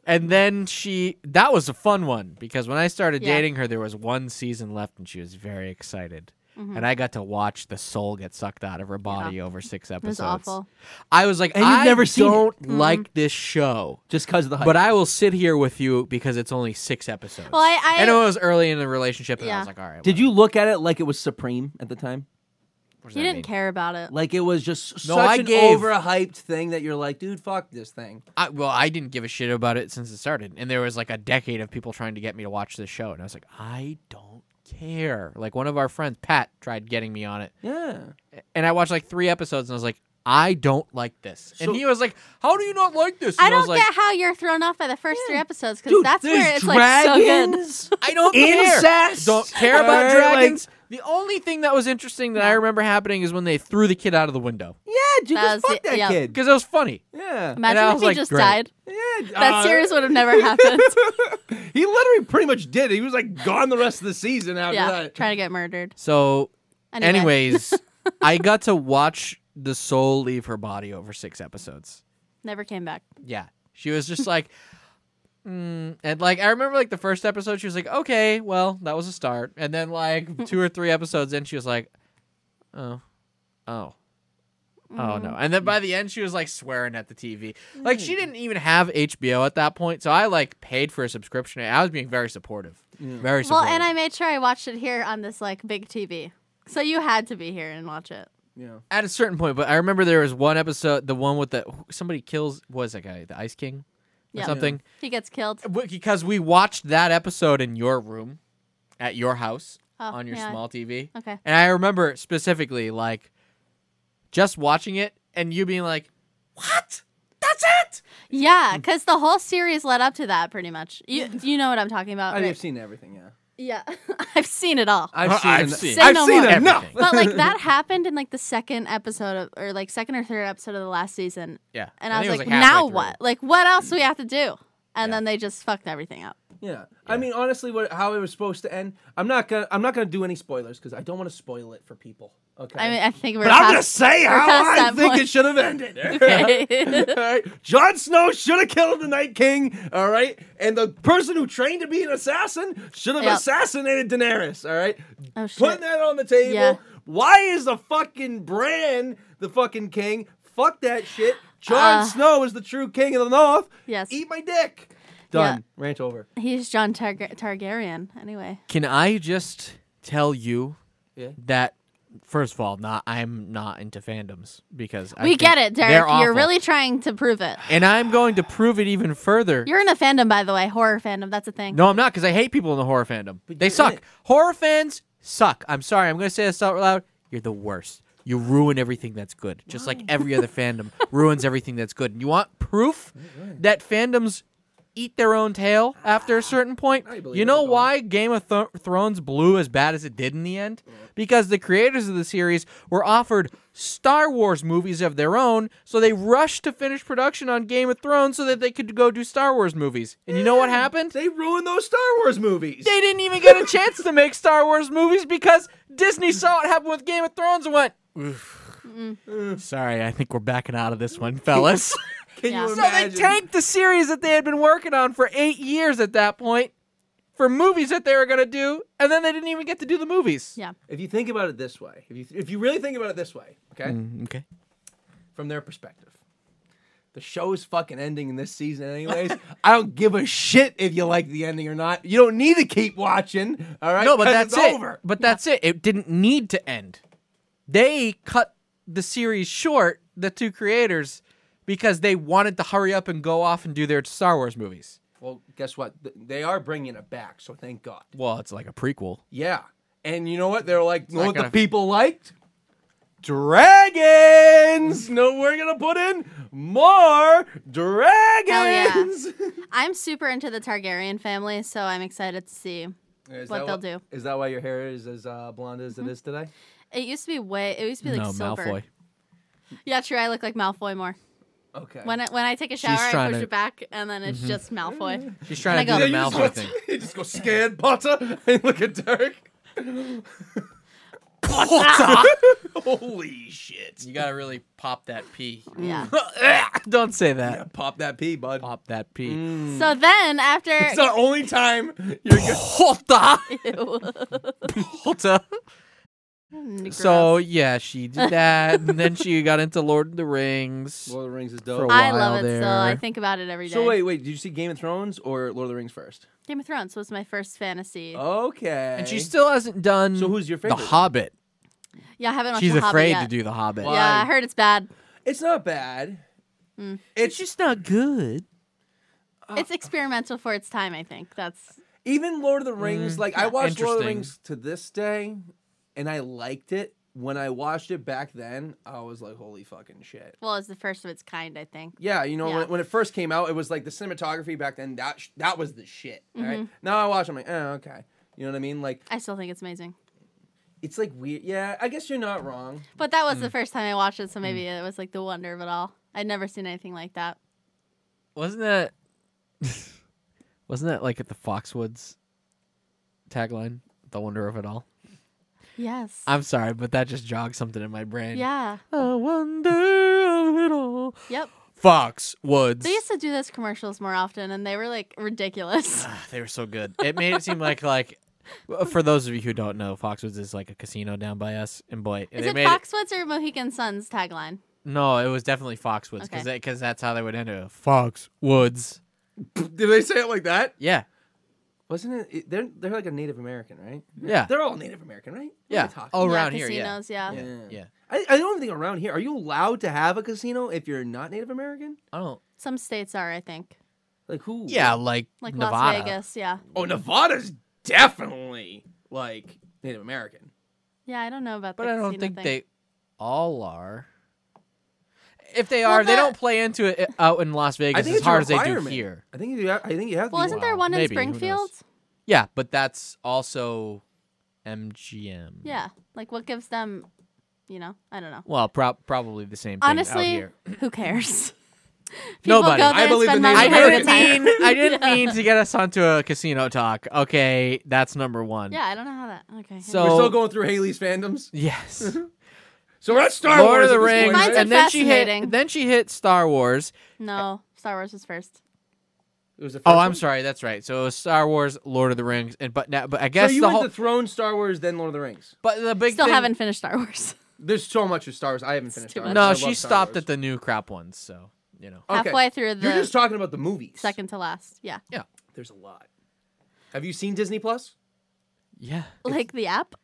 [SPEAKER 2] And then she that was a fun one because when I started
[SPEAKER 5] Yeah.
[SPEAKER 2] dating her there was one season left and she was very excited.
[SPEAKER 5] Mm-hmm.
[SPEAKER 2] And I got to watch the soul get sucked out of her body over six episodes.
[SPEAKER 5] awful. Mm-hmm.
[SPEAKER 2] I was like,
[SPEAKER 3] And you've
[SPEAKER 2] I
[SPEAKER 3] never seen it.
[SPEAKER 2] don't like this show,
[SPEAKER 3] just because of the hype.
[SPEAKER 2] but I will sit here with you because it's only six episodes.
[SPEAKER 5] Well, I- I-
[SPEAKER 2] and it was early in the relationship, and I
[SPEAKER 5] Yeah.
[SPEAKER 2] was like, all right.
[SPEAKER 3] did you look at it like it was supreme at the time?
[SPEAKER 2] what does
[SPEAKER 5] You
[SPEAKER 2] that
[SPEAKER 5] didn't
[SPEAKER 2] mean?
[SPEAKER 5] care about it.
[SPEAKER 3] Like it was just
[SPEAKER 2] No,
[SPEAKER 3] such
[SPEAKER 2] I
[SPEAKER 3] an
[SPEAKER 2] gave-
[SPEAKER 3] overhyped thing that you're like, dude, fuck this thing.
[SPEAKER 2] I, well, I didn't give a shit about it since it started, and there was like a decade of people trying to get me to watch this show, and I was like, I don't care. Like one of our friends, Pat, tried getting me on it.
[SPEAKER 3] Yeah.
[SPEAKER 2] and I watched like three episodes, and I was like, I don't like this.
[SPEAKER 3] So-
[SPEAKER 2] and he was like, How do you not like this? And
[SPEAKER 5] I don't
[SPEAKER 2] was like,
[SPEAKER 5] get how you're thrown off by the first three episodes because
[SPEAKER 3] Dude,
[SPEAKER 5] that's where
[SPEAKER 3] there's
[SPEAKER 5] it's like so good.
[SPEAKER 3] dragons.
[SPEAKER 2] I don't
[SPEAKER 3] Incest.
[SPEAKER 2] care. Don't care about
[SPEAKER 3] Alright, like-
[SPEAKER 2] dragons. the only thing that was interesting that I remember happening is when they threw the kid out of the window
[SPEAKER 3] Yeah, dude,
[SPEAKER 5] That
[SPEAKER 3] just
[SPEAKER 5] was
[SPEAKER 3] fuck
[SPEAKER 5] the-
[SPEAKER 3] that
[SPEAKER 5] yeah.
[SPEAKER 3] kid.
[SPEAKER 2] because it was funny.
[SPEAKER 3] Yeah.
[SPEAKER 5] Imagine
[SPEAKER 2] I
[SPEAKER 5] if
[SPEAKER 2] was
[SPEAKER 5] he
[SPEAKER 2] like,
[SPEAKER 5] just
[SPEAKER 2] great.
[SPEAKER 5] died.
[SPEAKER 3] Yeah,
[SPEAKER 5] That
[SPEAKER 3] uh,
[SPEAKER 5] series would have never happened.
[SPEAKER 3] he literally pretty much did. He was like gone the rest of the season after
[SPEAKER 5] yeah,
[SPEAKER 3] that.
[SPEAKER 5] trying to get murdered.
[SPEAKER 2] So,
[SPEAKER 5] Anyway.
[SPEAKER 2] anyways, I got to watch the soul leave her body over six episodes.
[SPEAKER 5] Never came back.
[SPEAKER 2] Yeah. She was just like, mm, and like, I remember like the first episode, she was like, okay, well, that was a start. And then like two or three episodes in, she was like, oh, oh, oh no. And then by the end, she was like swearing at the TV. Like, she didn't even have HBO at that point. So I like paid for a subscription. I was being very supportive. Very
[SPEAKER 5] Well,
[SPEAKER 2] supportive.
[SPEAKER 5] and I made sure I watched it here on this like big TV. So you had to be here and watch it.
[SPEAKER 3] Yeah.
[SPEAKER 2] at a certain point, but I remember there was one episode, the one with the somebody kills, what was that guy, the Ice King or
[SPEAKER 5] Yeah.
[SPEAKER 2] something?
[SPEAKER 5] He gets killed.
[SPEAKER 2] W- because we watched that episode in your room at your house
[SPEAKER 5] Oh,
[SPEAKER 2] on your
[SPEAKER 5] yeah.
[SPEAKER 2] small TV.
[SPEAKER 5] Okay.
[SPEAKER 2] And I remember specifically like just watching it and you being like, "What? That's it?"
[SPEAKER 5] Yeah, because the whole series led up to that pretty much. You you know what I'm talking about.
[SPEAKER 3] I mean,
[SPEAKER 5] right?
[SPEAKER 3] I've seen everything, yeah.
[SPEAKER 5] yeah, I've seen it all.
[SPEAKER 3] I've seen
[SPEAKER 2] I've
[SPEAKER 3] en-
[SPEAKER 2] seen-
[SPEAKER 5] Say
[SPEAKER 3] I've
[SPEAKER 5] no
[SPEAKER 3] seen
[SPEAKER 5] more.
[SPEAKER 3] enough.
[SPEAKER 2] Everything.
[SPEAKER 5] but like that happened in like the second episode of, or like second or third episode of the last season.
[SPEAKER 2] Yeah.
[SPEAKER 5] And I, was
[SPEAKER 2] think it
[SPEAKER 5] like,
[SPEAKER 2] halfway
[SPEAKER 5] now
[SPEAKER 2] through.
[SPEAKER 5] what? Like, what else do we have to do? And
[SPEAKER 2] Yeah.
[SPEAKER 5] then they just fucked everything up.
[SPEAKER 3] Yeah. I mean, honestly, what how it was supposed to end. I'm not gonna I'm not gonna do any spoilers because I don't want to spoil it for people. Okay.
[SPEAKER 5] I mean, I think we're.
[SPEAKER 3] but I'm gonna
[SPEAKER 5] past-
[SPEAKER 3] say how
[SPEAKER 5] past
[SPEAKER 3] I
[SPEAKER 5] that
[SPEAKER 3] think
[SPEAKER 5] point.
[SPEAKER 3] it should have ended.
[SPEAKER 5] Okay.
[SPEAKER 3] All right. Jon Snow should have killed the Night King. All right. And the person who trained to be an assassin should have
[SPEAKER 5] Yep.
[SPEAKER 3] assassinated Daenerys. All right.
[SPEAKER 5] oh shit.
[SPEAKER 3] Putting that on the table.
[SPEAKER 5] Yeah.
[SPEAKER 3] Why is the fucking Bran the fucking king? Fuck that shit. Jon
[SPEAKER 5] Uh,
[SPEAKER 3] Snow is the true king of the North.
[SPEAKER 5] Yes.
[SPEAKER 3] Eat my dick.
[SPEAKER 5] Yeah.
[SPEAKER 3] Done. Rant over.
[SPEAKER 5] He's John Targa- Targaryen. Anyway.
[SPEAKER 2] Can I just tell you
[SPEAKER 3] Yeah.
[SPEAKER 2] that first of all, not I'm not into fandoms because I
[SPEAKER 5] we
[SPEAKER 2] think
[SPEAKER 5] get it,
[SPEAKER 2] they're
[SPEAKER 5] Derek.
[SPEAKER 2] awful.
[SPEAKER 5] You're really trying to prove it.
[SPEAKER 2] and I'm going to prove it even further.
[SPEAKER 5] You're in a fandom, by the way, horror fandom. That's a thing.
[SPEAKER 2] no, I'm not because I hate people in the horror fandom. They
[SPEAKER 3] you're in
[SPEAKER 2] suck.
[SPEAKER 3] it.
[SPEAKER 2] Horror fans suck. I'm sorry. I'm going to say this out loud. You're the worst. You ruin everything that's good, just like every other fandom ruins everything that's good. And you want proof that fandoms eat their own tail after a certain point?
[SPEAKER 3] believe
[SPEAKER 2] You
[SPEAKER 3] it,
[SPEAKER 2] know
[SPEAKER 3] but-
[SPEAKER 2] why Game of Thro- Thrones blew as bad as it did in the end? Because the creators of the series were offered Star Wars movies of their own, so they rushed to finish production on Game of Thrones so that they could go do Star Wars movies. And you know what happened?
[SPEAKER 3] They ruined those Star Wars movies.
[SPEAKER 2] they didn't even get a chance to make Star Wars movies because Disney saw what happened with Game of Thrones and went, Oof. Sorry, I think we're backing out of this one, fellas.
[SPEAKER 3] Can
[SPEAKER 5] Yeah.
[SPEAKER 3] you
[SPEAKER 5] So
[SPEAKER 2] so they
[SPEAKER 3] imagine?
[SPEAKER 2] tanked the series that they had been working on for eight years at that point for movies that they were going to do, and then they didn't even get to do the movies.
[SPEAKER 5] Yeah.
[SPEAKER 3] if you think about it this way, if you if you really think about it this way, okay,
[SPEAKER 2] Mm, Okay.
[SPEAKER 3] from their perspective, the show's fucking ending in this season, anyways. I don't give a shit if you like the ending or not. You don't need to keep watching, all right?
[SPEAKER 2] No, but
[SPEAKER 3] 'Cause
[SPEAKER 2] that's
[SPEAKER 3] it's
[SPEAKER 2] it.
[SPEAKER 3] over.
[SPEAKER 2] But that's it. It didn't need to end. They cut the series short, the two creators, because they wanted to hurry up and go off and do their Star Wars movies.
[SPEAKER 3] Well, guess what? Th- They are bringing it back, so thank God.
[SPEAKER 2] Well, it's like a prequel.
[SPEAKER 3] Yeah, and you know what? They're like, you know
[SPEAKER 2] not
[SPEAKER 3] what
[SPEAKER 2] gonna-
[SPEAKER 3] the people liked?
[SPEAKER 2] Mm.
[SPEAKER 3] Dragons. No, we're gonna put in more dragons.
[SPEAKER 5] I'm super into the Targaryen family, so I'm excited to see.
[SPEAKER 3] Is that
[SPEAKER 5] What they'll
[SPEAKER 3] wh-
[SPEAKER 5] do. Mm-hmm.
[SPEAKER 3] Is that why your hair is as uh, blonde as it is today?
[SPEAKER 5] It used to be way. It used to be like
[SPEAKER 2] no,
[SPEAKER 5] silver.
[SPEAKER 2] Malfoy.
[SPEAKER 5] Yeah, true. I look like Malfoy more.
[SPEAKER 3] Okay.
[SPEAKER 5] When I, when I take a shower, I
[SPEAKER 2] trying
[SPEAKER 5] push
[SPEAKER 2] to- Mm-hmm.
[SPEAKER 5] it back, and then it's just Malfoy.
[SPEAKER 2] She's trying
[SPEAKER 5] And
[SPEAKER 2] to
[SPEAKER 5] I
[SPEAKER 2] do the
[SPEAKER 5] go- Yeah,
[SPEAKER 2] Malfoy thing.
[SPEAKER 3] you just go scared Potter and look at Derek. Holy shit! Ah,
[SPEAKER 2] You gotta really pop that P.
[SPEAKER 5] Yeah.
[SPEAKER 2] Don't say that. Mm.
[SPEAKER 3] Pop that pee, bud.
[SPEAKER 2] Pop that P.
[SPEAKER 5] So then after.
[SPEAKER 3] It's the only time you're gonna.
[SPEAKER 2] Pota. Pota.
[SPEAKER 5] Gross.
[SPEAKER 2] So yeah, she did that, and then she got into Lord of the Rings.
[SPEAKER 3] Lord of the Rings is
[SPEAKER 2] For a
[SPEAKER 3] dope.
[SPEAKER 2] while.
[SPEAKER 5] I love it still. I
[SPEAKER 2] there.
[SPEAKER 5] think about it every day.
[SPEAKER 3] So wait, wait. Did you see Game of Thrones or Lord of the Rings first?
[SPEAKER 5] Game of Thrones was my first fantasy.
[SPEAKER 2] Oh.
[SPEAKER 3] Okay.
[SPEAKER 2] And she still hasn't done.
[SPEAKER 3] So who's your
[SPEAKER 2] The
[SPEAKER 3] favorite?
[SPEAKER 2] Hobbit.
[SPEAKER 5] yeah, I haven't watched
[SPEAKER 2] She's
[SPEAKER 5] the Hobbit
[SPEAKER 2] afraid
[SPEAKER 5] yet.
[SPEAKER 2] to do The Hobbit.
[SPEAKER 3] Why?
[SPEAKER 5] Yeah, I heard it's bad.
[SPEAKER 3] It's not bad.
[SPEAKER 5] Mm.
[SPEAKER 2] It's just not good. Oh.
[SPEAKER 5] It's experimental for its time, I think. That's
[SPEAKER 3] Even Lord of the Rings, like I watched Lord of the
[SPEAKER 2] interesting.
[SPEAKER 3] Rings to this day, and I liked it. When I watched it back then, I was like, "Holy fucking shit!"
[SPEAKER 5] well, it's the first of its kind, I think.
[SPEAKER 3] Yeah, you know,
[SPEAKER 5] Yeah.
[SPEAKER 3] When, it, when it first came out, it was like the cinematography back then. That sh- that was the shit. all right? Now I watch, I'm like, oh, okay. You know what I mean? Like
[SPEAKER 5] I still think it's amazing.
[SPEAKER 3] it's like weird. Yeah, I guess you're not wrong.
[SPEAKER 5] But that
[SPEAKER 2] Mm.
[SPEAKER 5] was the first time I watched it, so maybe it was like the wonder of it all. I'd never seen anything like that.
[SPEAKER 2] Wasn't that? wasn't that like at the Foxwoods tagline? The wonder of it all.
[SPEAKER 5] Yes.
[SPEAKER 2] I'm sorry, but that just jogged something in my brain.
[SPEAKER 5] yeah.
[SPEAKER 2] The wonder of it all.
[SPEAKER 5] Yep.
[SPEAKER 2] Foxwoods.
[SPEAKER 5] They used to do those commercials more often, and they were like ridiculous.
[SPEAKER 2] Ah, They were so good. It made it seem like like uh, for those of you who don't know, Foxwoods is like a casino down by us, and boy,
[SPEAKER 5] Is
[SPEAKER 2] they
[SPEAKER 5] it
[SPEAKER 2] made
[SPEAKER 5] Foxwoods or Mohegan Sun's tagline?
[SPEAKER 2] No, it was definitely Foxwoods
[SPEAKER 5] Okay.
[SPEAKER 2] because that's how they would end it. Foxwoods.
[SPEAKER 3] Did they say it like that?
[SPEAKER 2] Yeah,
[SPEAKER 3] Wasn't it? it- they're they're like a Native American, right?
[SPEAKER 2] yeah,
[SPEAKER 3] They're all Native American, right? What are we
[SPEAKER 2] yeah.
[SPEAKER 3] talking
[SPEAKER 2] Oh,
[SPEAKER 5] Yeah,
[SPEAKER 2] around here, yeah.
[SPEAKER 5] casinos, yeah.
[SPEAKER 3] about?
[SPEAKER 2] yeah,
[SPEAKER 3] yeah.
[SPEAKER 2] yeah.
[SPEAKER 3] I, I don't think around here. Are you allowed to have a casino if you're not Native American?
[SPEAKER 2] I don't.
[SPEAKER 5] Some states are, I think.
[SPEAKER 3] Like who?
[SPEAKER 2] Yeah, like,
[SPEAKER 5] Like
[SPEAKER 2] Nevada.
[SPEAKER 5] Las Vegas, yeah.
[SPEAKER 3] Oh, Nevada's definitely like Native American.
[SPEAKER 5] Yeah, I don't know about
[SPEAKER 2] but
[SPEAKER 5] the
[SPEAKER 2] I don't
[SPEAKER 5] casino
[SPEAKER 2] think
[SPEAKER 5] thing.
[SPEAKER 2] they all are. If they
[SPEAKER 5] Well,
[SPEAKER 2] are, they
[SPEAKER 5] the-
[SPEAKER 2] don't play into it uh, out in Las
[SPEAKER 3] I
[SPEAKER 2] Vegas
[SPEAKER 3] think
[SPEAKER 2] as
[SPEAKER 3] it's a
[SPEAKER 2] hard as they do
[SPEAKER 3] requirement.
[SPEAKER 2] here.
[SPEAKER 3] I think you. Have, I think you have.
[SPEAKER 5] Well,
[SPEAKER 3] to
[SPEAKER 5] isn't
[SPEAKER 3] be
[SPEAKER 5] there
[SPEAKER 2] Wow,
[SPEAKER 5] one in
[SPEAKER 2] maybe, who knows?
[SPEAKER 5] Springfield?
[SPEAKER 2] Yeah, but that's also MGM.
[SPEAKER 5] Yeah. Like, what gives them, you know, I don't know.
[SPEAKER 2] Well, prob probably the same thing out
[SPEAKER 5] Honestly,
[SPEAKER 2] here.
[SPEAKER 5] who cares? People
[SPEAKER 2] Nobody.
[SPEAKER 5] go there
[SPEAKER 3] I
[SPEAKER 5] and
[SPEAKER 3] believe
[SPEAKER 5] spend
[SPEAKER 3] the
[SPEAKER 5] money
[SPEAKER 2] I
[SPEAKER 3] name-
[SPEAKER 5] to
[SPEAKER 3] Have a
[SPEAKER 2] didn't
[SPEAKER 3] good
[SPEAKER 5] retire.
[SPEAKER 2] mean I didn't mean to get us onto a casino talk. Okay, that's number one.
[SPEAKER 5] Yeah, I don't know how that. Okay.
[SPEAKER 2] So-
[SPEAKER 3] We're still going through Haley's fandoms.
[SPEAKER 2] Yes.
[SPEAKER 3] So we're at Star
[SPEAKER 2] Lord
[SPEAKER 3] Wars
[SPEAKER 2] of the
[SPEAKER 3] at this
[SPEAKER 2] Rings,
[SPEAKER 3] point,
[SPEAKER 5] Mine's
[SPEAKER 3] right?
[SPEAKER 5] a-
[SPEAKER 2] and then she
[SPEAKER 5] fascinating.
[SPEAKER 2] hit. Then she hit Star Wars.
[SPEAKER 5] no, Star Wars was first.
[SPEAKER 3] It was the first
[SPEAKER 2] Oh, I'm
[SPEAKER 3] one?
[SPEAKER 2] sorry, that's right. So it was Star Wars, Lord of the Rings, and but now, but I
[SPEAKER 3] So
[SPEAKER 2] guess
[SPEAKER 3] you
[SPEAKER 2] the
[SPEAKER 3] went
[SPEAKER 2] whole.
[SPEAKER 3] to Throne, Star Wars, then Lord of the Rings.
[SPEAKER 2] but the big
[SPEAKER 5] Still
[SPEAKER 2] thing-
[SPEAKER 5] haven't finished Star Wars.
[SPEAKER 3] There's so much of Star Wars. I haven't finished.
[SPEAKER 5] too
[SPEAKER 3] Star Wars.
[SPEAKER 5] much.
[SPEAKER 3] I
[SPEAKER 2] No,
[SPEAKER 3] love
[SPEAKER 2] she
[SPEAKER 3] Star
[SPEAKER 2] stopped
[SPEAKER 3] Wars.
[SPEAKER 2] at the new crap ones. So you know.
[SPEAKER 3] Okay.
[SPEAKER 5] Halfway through the
[SPEAKER 3] You're just talking about the movies.
[SPEAKER 5] second to last. Yeah.
[SPEAKER 2] Yeah.
[SPEAKER 3] There's a lot. Have you seen Disney Plus?
[SPEAKER 2] Yeah.
[SPEAKER 5] Like the app.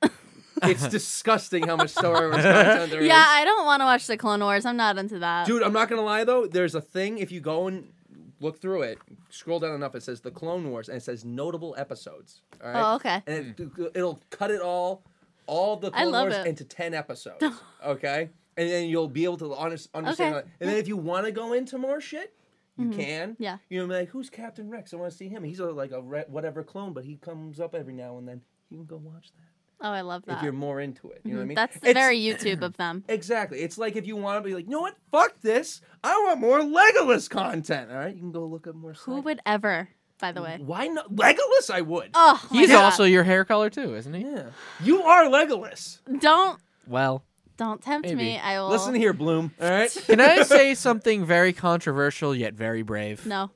[SPEAKER 3] It's disgusting how much Star Wars content there is.
[SPEAKER 5] yeah, I don't want to watch the Clone Wars. I'm not into that.
[SPEAKER 3] Dude, I'm not gonna lie though. There's a thing if you go and look through it, scroll down enough, it says the Clone Wars and it says notable episodes. All right.
[SPEAKER 5] Oh, okay.
[SPEAKER 3] And it, it'll cut it all, all the Clone
[SPEAKER 5] love
[SPEAKER 3] Wars
[SPEAKER 5] it.
[SPEAKER 3] into ten episodes. okay. And then you'll be able to honest, understand.
[SPEAKER 5] Okay. Mm-hmm.
[SPEAKER 3] that. And then if you want to go into more shit, you can.
[SPEAKER 5] Yeah.
[SPEAKER 3] You know, like who's Captain Rex? I want to see him. He's a, like a re- whatever clone, but he comes up every now and then. You can go watch that
[SPEAKER 5] Oh, I love that.
[SPEAKER 3] if you're more into it. You know what I mean?
[SPEAKER 5] Mm-hmm. That's
[SPEAKER 3] It's-
[SPEAKER 5] very YouTube of them.
[SPEAKER 3] Exactly. It's like if you want to be like, you know what? Fuck this. I want more Legolas content. All right, you can go look up more.
[SPEAKER 5] Who
[SPEAKER 3] sci-
[SPEAKER 5] would ever, by the way?
[SPEAKER 3] Why not Legolas? I would.
[SPEAKER 5] Oh, my
[SPEAKER 2] He's
[SPEAKER 5] God.
[SPEAKER 2] also your hair color too, isn't he?
[SPEAKER 3] yeah. You are Legolas.
[SPEAKER 5] Don't
[SPEAKER 2] Well,
[SPEAKER 5] don't tempt
[SPEAKER 2] Maybe.
[SPEAKER 5] me. I will.
[SPEAKER 3] Listen here, Bloom. All right.
[SPEAKER 2] can I say something very controversial yet very brave?
[SPEAKER 5] No.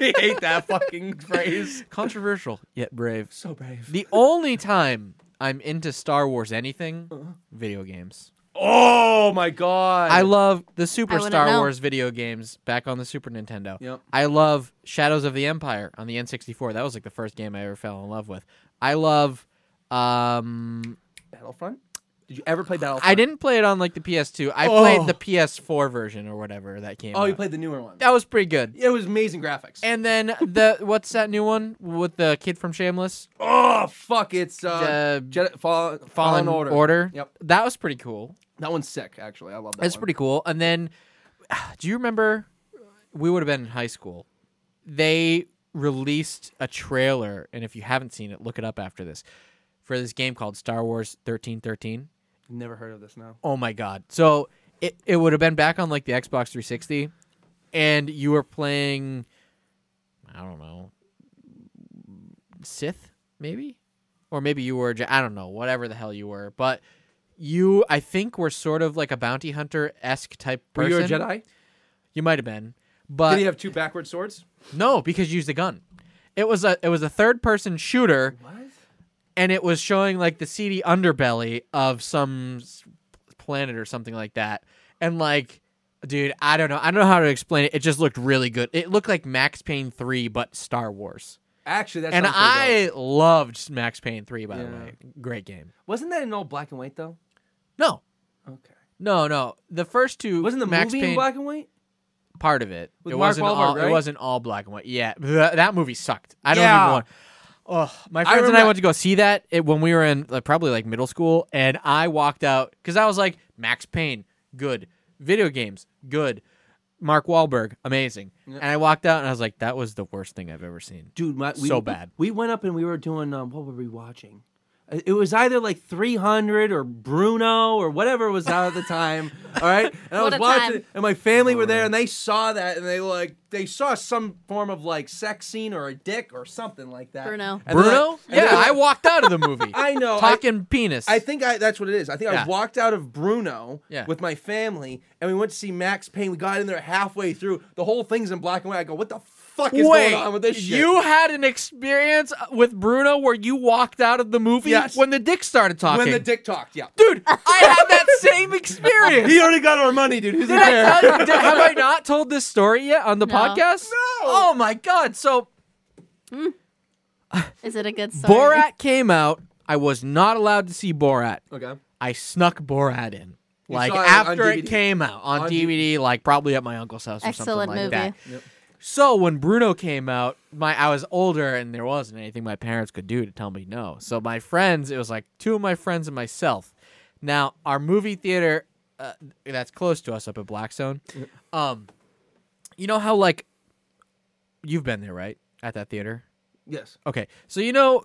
[SPEAKER 3] I hate that fucking phrase.
[SPEAKER 2] Controversial yet brave.
[SPEAKER 3] So brave.
[SPEAKER 2] The only time I'm into Star Wars anything,
[SPEAKER 3] Uh-huh.
[SPEAKER 2] video games.
[SPEAKER 3] Oh my god.
[SPEAKER 2] I love the Super
[SPEAKER 5] wouldn't
[SPEAKER 2] Star
[SPEAKER 5] know.
[SPEAKER 2] Wars video games back on the Super Nintendo.
[SPEAKER 3] Yep.
[SPEAKER 2] I love Shadows of the Empire on the N64. That was like the first game I ever fell in love with. I love um
[SPEAKER 3] Battlefront. Did you ever play Battlefront?
[SPEAKER 2] I didn't play it on like the PS2. I
[SPEAKER 3] Oh.
[SPEAKER 2] played the PS4 version or whatever that came
[SPEAKER 3] Oh, you
[SPEAKER 2] out.
[SPEAKER 3] played the newer one.
[SPEAKER 2] That was pretty good.
[SPEAKER 3] It was amazing graphics.
[SPEAKER 2] And then the what's that new one with the kid from Shameless?
[SPEAKER 3] oh fuck, it's uh,
[SPEAKER 2] Uh,
[SPEAKER 3] Jedi- Fall- Fallen,
[SPEAKER 2] Fallen
[SPEAKER 3] Order. Yep.
[SPEAKER 2] That was pretty cool.
[SPEAKER 3] That one's sick. Actually, I love that.
[SPEAKER 2] That's
[SPEAKER 3] one.
[SPEAKER 2] pretty cool. And then, do you remember? We would have been in high school. They released a trailer, and if you haven't seen it, look it up after this. For this game called Star Wars thirteen thirteen.
[SPEAKER 3] Never heard of this now.
[SPEAKER 2] Oh my god! So it it would have been back on like the Xbox three sixty, and you were playing. I don't know. Sith, maybe? Or maybe you were, a Je- I don't know, whatever the hell you were. But you, I think, were sort of like a bounty hunter esque type
[SPEAKER 3] Were
[SPEAKER 2] person.
[SPEAKER 3] you a Jedi?
[SPEAKER 2] You might have been. But
[SPEAKER 3] Did he have two backward swords?
[SPEAKER 2] no, because you used a gun. It was a it was a third person shooter,
[SPEAKER 3] What?
[SPEAKER 2] and it was showing like the seedy underbelly of some s- planet or something like that. And like, dude, I don't know, I don't know how to explain it. It just looked really good. It looked like Max Payne three, but Star Wars.
[SPEAKER 3] Actually, that's
[SPEAKER 2] and I loved Max Payne three. By the
[SPEAKER 3] Yeah.
[SPEAKER 2] way, great game.
[SPEAKER 3] wasn't that in all black and white though.
[SPEAKER 2] No,
[SPEAKER 3] Okay.
[SPEAKER 2] no, no. The first two
[SPEAKER 3] Wasn't the
[SPEAKER 2] Max
[SPEAKER 3] movie
[SPEAKER 2] Payne
[SPEAKER 3] in black and white?
[SPEAKER 2] part of it.
[SPEAKER 3] With
[SPEAKER 2] it
[SPEAKER 3] Mark
[SPEAKER 2] wasn't
[SPEAKER 3] Wahlberg,
[SPEAKER 2] all.
[SPEAKER 3] right?
[SPEAKER 2] It wasn't all black and white. Yeah, th- that movie sucked. I don't
[SPEAKER 3] Yeah.
[SPEAKER 2] even want. Oh, my friends and I
[SPEAKER 3] remember-
[SPEAKER 2] went to go see that it, when we were in like, probably like middle school, and I walked out because I was like, Max Payne, good. Video games, good. Mark Wahlberg, amazing. And I walked out and I was like, that was the worst thing I've ever seen.
[SPEAKER 3] Dude, my, we,
[SPEAKER 2] So bad.
[SPEAKER 3] We went up and we were doing um, what were we watching? Uh, It was either like 300 or Bruno or whatever was out at the time. All right, and I
[SPEAKER 5] What
[SPEAKER 3] was
[SPEAKER 5] a
[SPEAKER 3] watching,
[SPEAKER 5] time.
[SPEAKER 3] and my family were there, and they saw that, and they like they saw some form of like sex scene or a dick or something like that.
[SPEAKER 5] Bruno.
[SPEAKER 3] And they're
[SPEAKER 2] Bruno?
[SPEAKER 3] like- and they're
[SPEAKER 2] yeah,
[SPEAKER 3] like-
[SPEAKER 2] I walked out of the movie.
[SPEAKER 3] I know. I-
[SPEAKER 2] Talking penis.
[SPEAKER 3] I think I that's what it is. I think I
[SPEAKER 2] Yeah.
[SPEAKER 3] walked out of Bruno
[SPEAKER 2] Yeah.
[SPEAKER 3] with my family and we went to see Max Payne. We got in there halfway through. The whole thing's in black and white. I go, what the fuck is
[SPEAKER 2] Wait,
[SPEAKER 3] going on with this shit?
[SPEAKER 2] you had an experience with Bruno where you walked out of the movie
[SPEAKER 3] Yes.
[SPEAKER 2] when the dick started talking.
[SPEAKER 3] when the dick talked, yeah.
[SPEAKER 2] Dude, I had that same experience.
[SPEAKER 3] He already got our money, dude. Who's in
[SPEAKER 2] Did I
[SPEAKER 3] there?
[SPEAKER 2] tell you- did- have I not told this story yet on the
[SPEAKER 5] No.
[SPEAKER 2] podcast?
[SPEAKER 3] No.
[SPEAKER 2] Oh my god. So
[SPEAKER 5] Is it a good story?
[SPEAKER 2] Borat came out. I was not allowed to see Borat.
[SPEAKER 3] Okay.
[SPEAKER 2] I snuck Borat in. Like
[SPEAKER 3] saw it on
[SPEAKER 2] after it
[SPEAKER 3] DVD.
[SPEAKER 2] came out on,
[SPEAKER 3] On
[SPEAKER 2] DVD, like probably at my uncle's house or
[SPEAKER 5] Excellent
[SPEAKER 2] something like
[SPEAKER 5] movie.
[SPEAKER 2] that. So when Bruno came out, my I was older and there wasn't anything my parents could do to tell me no. So my friends, it was like two of my friends and myself. Now our movie theater uh, that's close to us up at Blackstone, um, you know how like you've been there right at that theater.
[SPEAKER 3] Yes.
[SPEAKER 2] Okay, so you know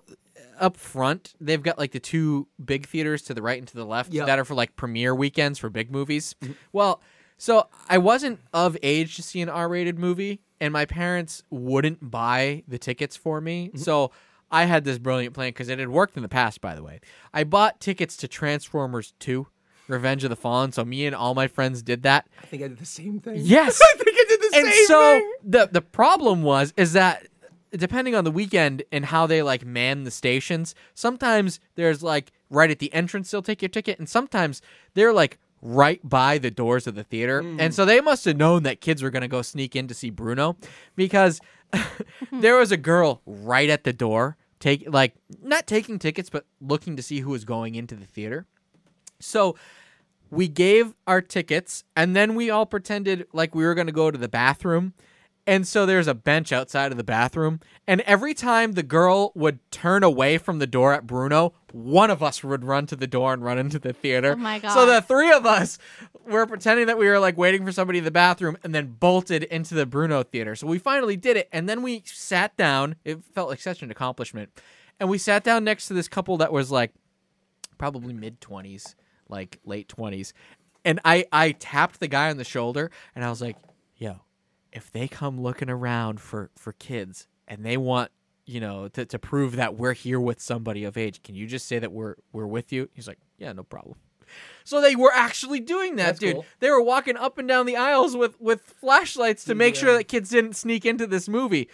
[SPEAKER 2] up front they've got like the two big theaters to the right and to the left
[SPEAKER 3] Yeah.
[SPEAKER 2] that are for like premiere weekends for big movies. Well, So I wasn't of age to see an R-rated movie, and my parents wouldn't buy the tickets for me. So I had this brilliant plan because it had worked in the past, by the way. I bought tickets to Transformers Two: Revenge of the Fallen. So me and all my friends did that.
[SPEAKER 3] I think I did the same thing.
[SPEAKER 2] Yes.
[SPEAKER 3] I think I did the
[SPEAKER 2] and
[SPEAKER 3] same
[SPEAKER 2] so
[SPEAKER 3] thing.
[SPEAKER 2] the the problem was is that depending on the weekend and how they like man the stations, sometimes there's like right at the entrance they'll take your ticket, and sometimes they're like right by the doors of the theater,
[SPEAKER 3] Mm.
[SPEAKER 2] and so they must have known that kids were gonna go sneak in to see Bruno because there was a girl right at the door take like not taking tickets but looking to see who was going into the theater. So we gave our tickets and then we all pretended like we were going to go to the bathroom. And so there's a bench outside of the bathroom. And every time the girl would turn away from the door at Bruno, one of us would run to the door and run into the theater.
[SPEAKER 5] Oh my
[SPEAKER 2] So
[SPEAKER 5] God.
[SPEAKER 2] the three of us were pretending that we were like waiting for somebody in the bathroom and then bolted into the Bruno theater. So we finally did it. And then we sat down. It felt like such an accomplishment. And we sat down next to this couple that was like probably mid 20s, like late 20s. And I I tapped the guy on the shoulder and I was like, "Yo, if they come looking around for for kids and they want, you know, to, to prove that we're here with somebody of age, can you just say that we're we're with you?" He's like, "Yeah, no problem." So they were actually doing that,
[SPEAKER 3] That's
[SPEAKER 2] dude.
[SPEAKER 3] cool.
[SPEAKER 2] They were walking up and down the aisles with with flashlights to make sure
[SPEAKER 3] Yeah.
[SPEAKER 2] that kids didn't sneak into this movie.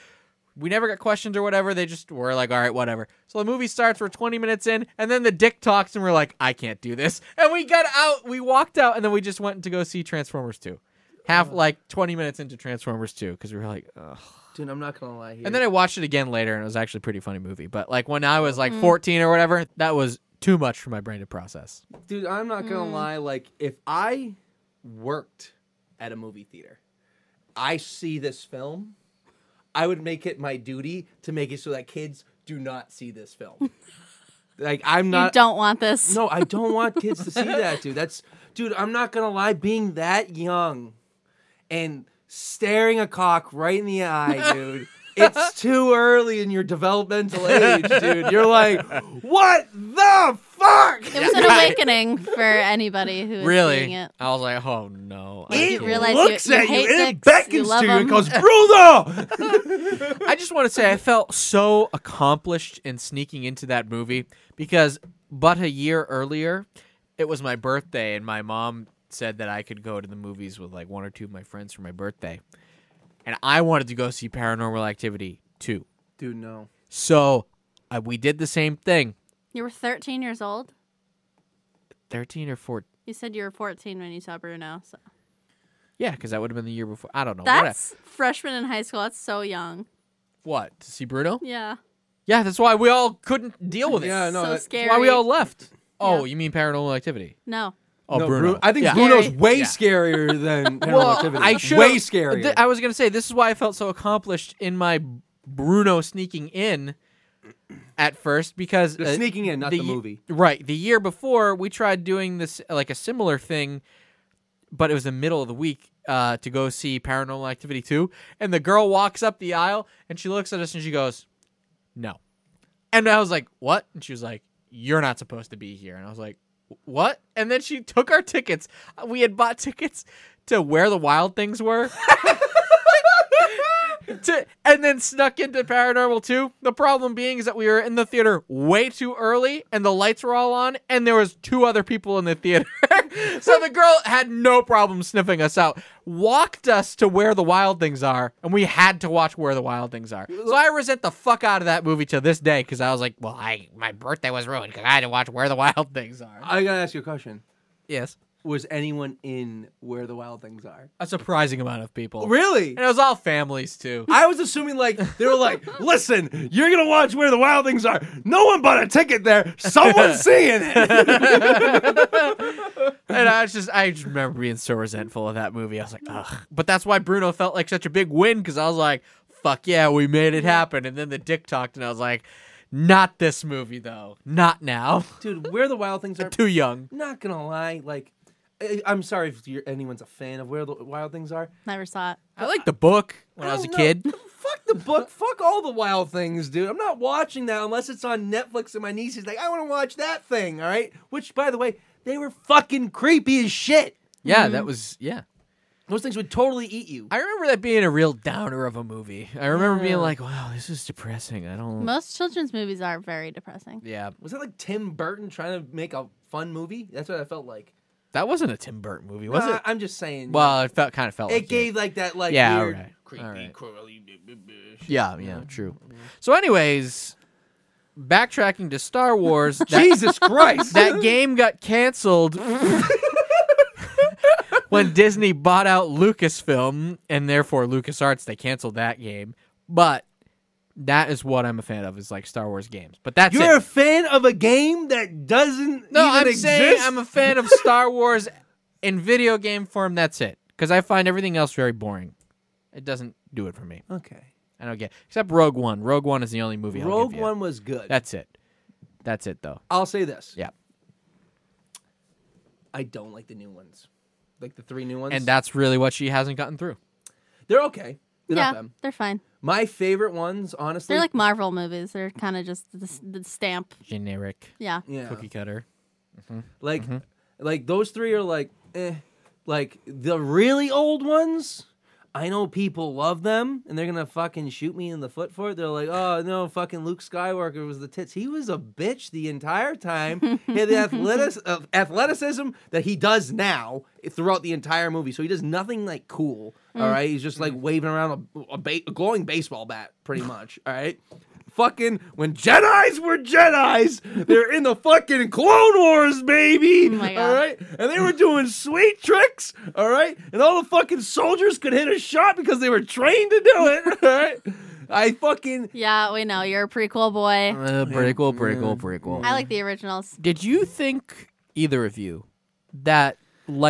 [SPEAKER 2] We never got questions or whatever. They just were like, all right, whatever. So the movie starts. We're 20 minutes in, and then the dick talks, and we're like, I can't do this. And we got out. We walked out, and then we just went to go see Transformers 2. Half like 20 minutes into Transformers 2, because we were like, ugh.
[SPEAKER 3] Dude, I'm not gonna lie here.
[SPEAKER 2] And then I watched it again later, and it was actually a pretty funny movie. But like when I was
[SPEAKER 5] Mm-hmm.
[SPEAKER 2] like 14 or whatever, that was too much for my brain to process.
[SPEAKER 3] dude, I'm not gonna
[SPEAKER 5] Mm.
[SPEAKER 3] lie. Like, if I worked at a movie theater, I see this film, I would make it my duty to make it so that kids do not see this film. like, I'm
[SPEAKER 5] You
[SPEAKER 3] not.
[SPEAKER 5] don't want this.
[SPEAKER 3] No, I don't want kids to see that, dude. That's, dude. I'm not gonna lie. Being that young, and staring a cock right in the eye, dude. It's too early in your developmental age, dude. You're like, what the fuck?
[SPEAKER 5] It was an awakening for anybody who was seeing
[SPEAKER 2] Really?
[SPEAKER 5] it.
[SPEAKER 2] I was like, oh no. I
[SPEAKER 5] It
[SPEAKER 2] can't."
[SPEAKER 5] really- realize you- you hate dicks, you love 'em.
[SPEAKER 3] Bruno!
[SPEAKER 2] I just want to say I felt so accomplished in sneaking into that movie because but a year earlier, it was my birthday, and my mom said that I could go to the movies with like one or two of my friends for my birthday. And I wanted to go see Paranormal Activity 2.
[SPEAKER 3] Dude, no.
[SPEAKER 2] So uh, we did the same thing.
[SPEAKER 5] You were 13 years old.
[SPEAKER 2] 13 or 14.
[SPEAKER 5] You said you were 14 when you saw Bruno. So
[SPEAKER 2] Yeah, because that would have been the year before. I don't know. Oh, What?
[SPEAKER 5] that's freshman in high school. That's so young.
[SPEAKER 2] what? To see Bruno?
[SPEAKER 5] Yeah.
[SPEAKER 2] Yeah, that's why we all couldn't deal with it.
[SPEAKER 3] Yeah, no.
[SPEAKER 5] so
[SPEAKER 3] that-
[SPEAKER 5] scary.
[SPEAKER 2] That's why we all left. Oh,
[SPEAKER 5] Yeah.
[SPEAKER 2] you mean Paranormal Activity?
[SPEAKER 5] No.
[SPEAKER 2] Oh,
[SPEAKER 3] no,
[SPEAKER 2] Bruno.
[SPEAKER 3] Bru- I think
[SPEAKER 2] Yeah.
[SPEAKER 3] Bruno's
[SPEAKER 5] Scary.
[SPEAKER 3] way
[SPEAKER 2] Yeah.
[SPEAKER 3] scarier than Paranormal Activity.
[SPEAKER 2] I should
[SPEAKER 3] way scarier.
[SPEAKER 2] I was gonna say this is why I felt so accomplished in my Bruno sneaking in at first because uh,
[SPEAKER 3] The sneaking in, not the movie.
[SPEAKER 2] Right, the year before we tried doing this like a similar thing, but it was the middle of the week uh, to go see Paranormal Activity two, and the girl walks up the aisle and she looks at us and she goes, "No," and I was like, "What?" And she was like, "You're not supposed to be here," and I was like. What? And then she took our tickets. We had bought tickets to where the wild things were to, and then snuck into Paranormal 2. The problem being is that we were in the theater way too early and the lights were all on and there was two other people in the theater. so the girl had no problem sniffing us out. Walked us to where the wild things are and we had to watch where the wild things are. So I resent the fuck out of that movie to this day cuz I was like, well, I my birthday was ruined cuz I had to watch where the wild things are.
[SPEAKER 3] I gotta ask you a question.
[SPEAKER 2] yes.
[SPEAKER 3] Was anyone in Where the Wild Things Are?
[SPEAKER 2] A surprising amount of people.
[SPEAKER 3] Really?
[SPEAKER 2] And it was all families too.
[SPEAKER 3] I was assuming like they were like, listen, you're gonna watch Where the Wild Things Are. No one bought a ticket there. Someone's seeing it.
[SPEAKER 2] And I was just, I just remember being so resentful of that movie. I was like, ugh. But that's why Bruno felt like such a big win because I was like, fuck yeah, we made it happen. And then the dick talked, and I was like, not this movie though, not now.
[SPEAKER 3] Dude, Where the Wild Things Are.
[SPEAKER 2] Too young.
[SPEAKER 3] Not gonna lie, like, I- I'm sorry if you're, anyone's a fan of Where the Wild Things Are.
[SPEAKER 5] Never saw it.
[SPEAKER 2] I liked the book when I, was a
[SPEAKER 3] don't know.
[SPEAKER 2] kid.
[SPEAKER 3] Fuck the book. Fuck all the wild things, dude. I'm not watching that unless it's on Netflix and my niece is like, I want to watch that thing, all right? Which, by the way, they were fucking creepy as shit.
[SPEAKER 2] Yeah, that was yeah.
[SPEAKER 3] Those things would totally eat you.
[SPEAKER 2] I remember that being a real downer of a movie. I remember being like, "Wow, this is depressing." I don't.
[SPEAKER 5] Most children's movies are very depressing.
[SPEAKER 2] yeah,
[SPEAKER 3] Was that like Tim Burton trying to make a fun movie? That's what I felt like.
[SPEAKER 2] that wasn't a Tim Burton movie, was
[SPEAKER 3] Nah,
[SPEAKER 2] it?
[SPEAKER 3] I'm just saying.
[SPEAKER 2] Well, it felt kind of felt.
[SPEAKER 3] it
[SPEAKER 2] like
[SPEAKER 3] gave like that like
[SPEAKER 2] Yeah,
[SPEAKER 3] weird,
[SPEAKER 2] alright,
[SPEAKER 3] creepy,
[SPEAKER 2] alright.
[SPEAKER 3] crawly. blah, blah, blah, shit.
[SPEAKER 2] Yeah, yeah, true. So, anyways, backtracking to Star Wars, that,
[SPEAKER 3] Jesus Christ!
[SPEAKER 2] that game got canceled when Disney bought out Lucasfilm, and therefore LucasArts. They canceled that game, but that is what I'm a fan of is like Star Wars games. But that's
[SPEAKER 3] You're a
[SPEAKER 2] it.
[SPEAKER 3] fan of a game that doesn't
[SPEAKER 2] no,
[SPEAKER 3] even
[SPEAKER 2] I'm
[SPEAKER 3] exist.
[SPEAKER 2] saying I'm a fan of Star Wars in video game form. That's it, because I find everything else very boring. It doesn't do it for me.
[SPEAKER 3] okay.
[SPEAKER 2] I don't get except Rogue One. Rogue One is the only movie. I'll give
[SPEAKER 3] Rogue
[SPEAKER 2] you.
[SPEAKER 3] One was good.
[SPEAKER 2] That's it. That's it though.
[SPEAKER 3] I'll say this.
[SPEAKER 2] Yeah.
[SPEAKER 3] I don't like the new ones, like the three new ones.
[SPEAKER 2] And that's really what she hasn't gotten through.
[SPEAKER 3] they're okay. They're
[SPEAKER 5] yeah,
[SPEAKER 3] not bad.
[SPEAKER 5] they're fine.
[SPEAKER 3] My favorite ones, honestly.
[SPEAKER 5] They're like Marvel movies. They're kind of just the, the stamp.
[SPEAKER 2] Generic
[SPEAKER 5] Yeah.
[SPEAKER 3] yeah,
[SPEAKER 2] cookie cutter.
[SPEAKER 3] like like those three are like, eh. Like the really old ones. I know people love them, and they're gonna fucking shoot me in the foot for it. They're like, "Oh no, fucking Luke Skywalker was the tits. He was a bitch the entire time. he had the athletic- uh, athleticism that he does now throughout the entire movie. So he does nothing like cool.
[SPEAKER 5] Mm.
[SPEAKER 3] All right, he's just like waving around a, a, ba- a glowing baseball bat, pretty much. All right, fucking when Jedi's were Jedi's, they're in the fucking Clone Wars, baby.
[SPEAKER 5] Oh my
[SPEAKER 3] All
[SPEAKER 5] God.
[SPEAKER 3] right, and they were doing sweet tricks. All right, and all the fucking soldiers could hit a shot because they were trained to do it. All right, I fucking
[SPEAKER 5] Yeah, we know. You're a prequel boy.
[SPEAKER 2] Uh, prequel, prequel, prequel.
[SPEAKER 5] I like the originals.
[SPEAKER 2] Did you think either of you that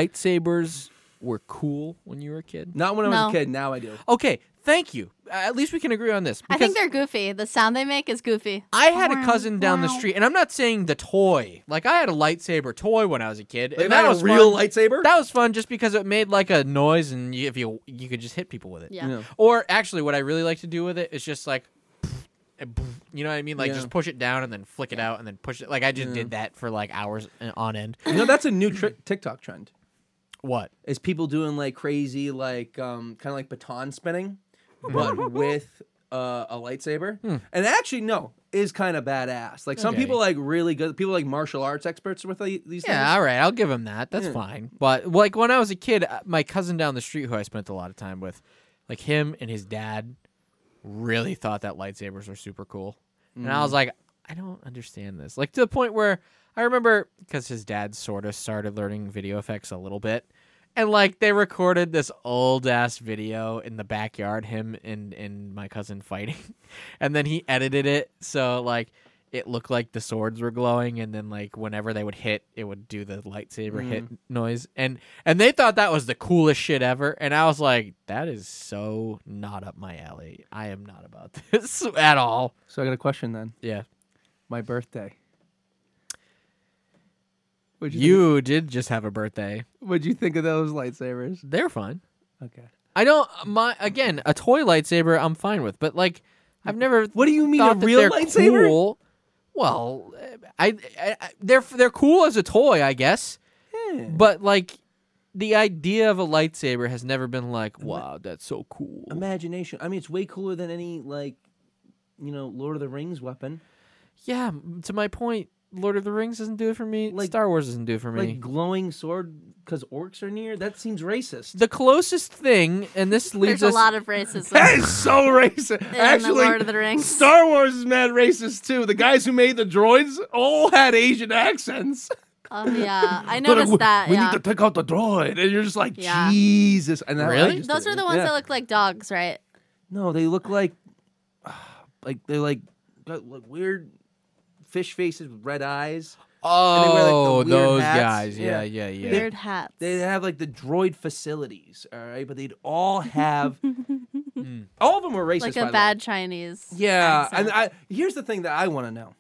[SPEAKER 2] lightsabers were cool when you were a kid?
[SPEAKER 3] not when I was
[SPEAKER 5] No.
[SPEAKER 3] a kid. Now I do.
[SPEAKER 2] Okay, thank you. Uh, At least we can agree on this.
[SPEAKER 5] I
[SPEAKER 2] because
[SPEAKER 5] think they're goofy. The sound they make is goofy.
[SPEAKER 2] I had a cousin down the street, and I'm not saying the toy. Like I had a lightsaber toy when I was a kid,
[SPEAKER 3] Like,
[SPEAKER 2] and that
[SPEAKER 3] not a
[SPEAKER 2] was
[SPEAKER 3] real
[SPEAKER 2] fun.
[SPEAKER 3] lightsaber.
[SPEAKER 2] That was fun just because it made like a noise, and you, if you you could just hit people with it.
[SPEAKER 5] Yeah.
[SPEAKER 3] Yeah.
[SPEAKER 2] Or actually, what I really like to do with it is just like, and you know what I mean? Like
[SPEAKER 3] Yeah.
[SPEAKER 2] just push it down and then flick it out and then push it. Like I just did that for like hours uh, on end.
[SPEAKER 3] You know, that's a new trick TikTok trend.
[SPEAKER 2] What?
[SPEAKER 3] Is people doing like crazy, like um, kind of like baton spinning,
[SPEAKER 2] Hmm.
[SPEAKER 3] but with uh, a lightsaber. And actually, no, is kind of badass. Like some
[SPEAKER 2] Okay.
[SPEAKER 3] people like really good. People like martial arts experts with like, these
[SPEAKER 2] Yeah,
[SPEAKER 3] things.
[SPEAKER 2] all right, I'll give him that. That's fine. But like when I was a kid, uh, my cousin down the street who I spent a lot of time with, like him and his dad, really thought that lightsabers were super cool, and
[SPEAKER 3] Mm.
[SPEAKER 2] I was like, I don't understand this. Like to the point where I remember because his dad sort of started learning video effects a little bit. And like they recorded this old ass video in the backyard, him and and my cousin fighting, and then he edited it so like it looked like the swords were glowing, and then like whenever they would hit, it would do the lightsaber hit
[SPEAKER 3] Mm.
[SPEAKER 2] noise, and and they thought that was the coolest shit ever, and I was like, that is so not up my alley. I am not about this at all.
[SPEAKER 3] So I got a question then.
[SPEAKER 2] Yeah,
[SPEAKER 3] My birthday. What'd
[SPEAKER 2] you did just have a birthday.
[SPEAKER 3] What'd you think of those lightsabers?
[SPEAKER 2] They're fine.
[SPEAKER 3] Okay.
[SPEAKER 2] I don't my again a toy lightsaber I'm fine with, but like I've never.
[SPEAKER 3] What do you mean a
[SPEAKER 2] thought that
[SPEAKER 3] real
[SPEAKER 2] they're
[SPEAKER 3] lightsaber?
[SPEAKER 2] Cool. Well, I, I, I they're they're cool as a toy, I guess. But like the idea of a lightsaber has never been like, wow, that's so cool.
[SPEAKER 3] Imagination. I mean, it's way cooler than any like, you know, Lord of the Rings weapon.
[SPEAKER 2] yeah, m- to my point, Lord of the Rings doesn't do it for me.
[SPEAKER 3] Like-
[SPEAKER 2] Star Wars doesn't do it for me.
[SPEAKER 3] Like glowing sword because orcs are near. That seems racist.
[SPEAKER 2] the closest thing, and this leads
[SPEAKER 5] There's
[SPEAKER 2] us
[SPEAKER 5] a lot of racism.
[SPEAKER 3] That is so racist.
[SPEAKER 5] in
[SPEAKER 3] Actually,
[SPEAKER 5] the Lord of the Rings.
[SPEAKER 3] Star Wars is mad racist too. The guys who made the droids all had Asian accents.
[SPEAKER 5] Oh, yeah, I
[SPEAKER 3] They're like,
[SPEAKER 5] noticed
[SPEAKER 3] uh, "We-
[SPEAKER 5] that.
[SPEAKER 3] We
[SPEAKER 5] yeah.
[SPEAKER 3] need to take out the droid, and you're just like
[SPEAKER 5] Yeah.
[SPEAKER 3] Jesus. And that- I
[SPEAKER 2] Really?
[SPEAKER 3] just
[SPEAKER 5] Those
[SPEAKER 3] did
[SPEAKER 5] are
[SPEAKER 3] it.
[SPEAKER 5] the ones
[SPEAKER 3] Yeah.
[SPEAKER 5] that look like dogs, right?
[SPEAKER 3] No, they look like, like they're like got like weird fish faces with red eyes. and they wear, like, the
[SPEAKER 2] Oh,
[SPEAKER 3] weird
[SPEAKER 2] those
[SPEAKER 3] hats.
[SPEAKER 2] guys. Yeah, yeah,
[SPEAKER 3] Yeah.
[SPEAKER 2] yeah.
[SPEAKER 5] Weird hats.
[SPEAKER 3] They have like the droid facilities, all right, but they'd all have. all of them were racist.
[SPEAKER 5] like
[SPEAKER 3] by the
[SPEAKER 5] a
[SPEAKER 3] way.
[SPEAKER 5] bad Chinese.
[SPEAKER 3] Yeah,
[SPEAKER 5] accent.
[SPEAKER 3] and I, here's the thing that I want to know: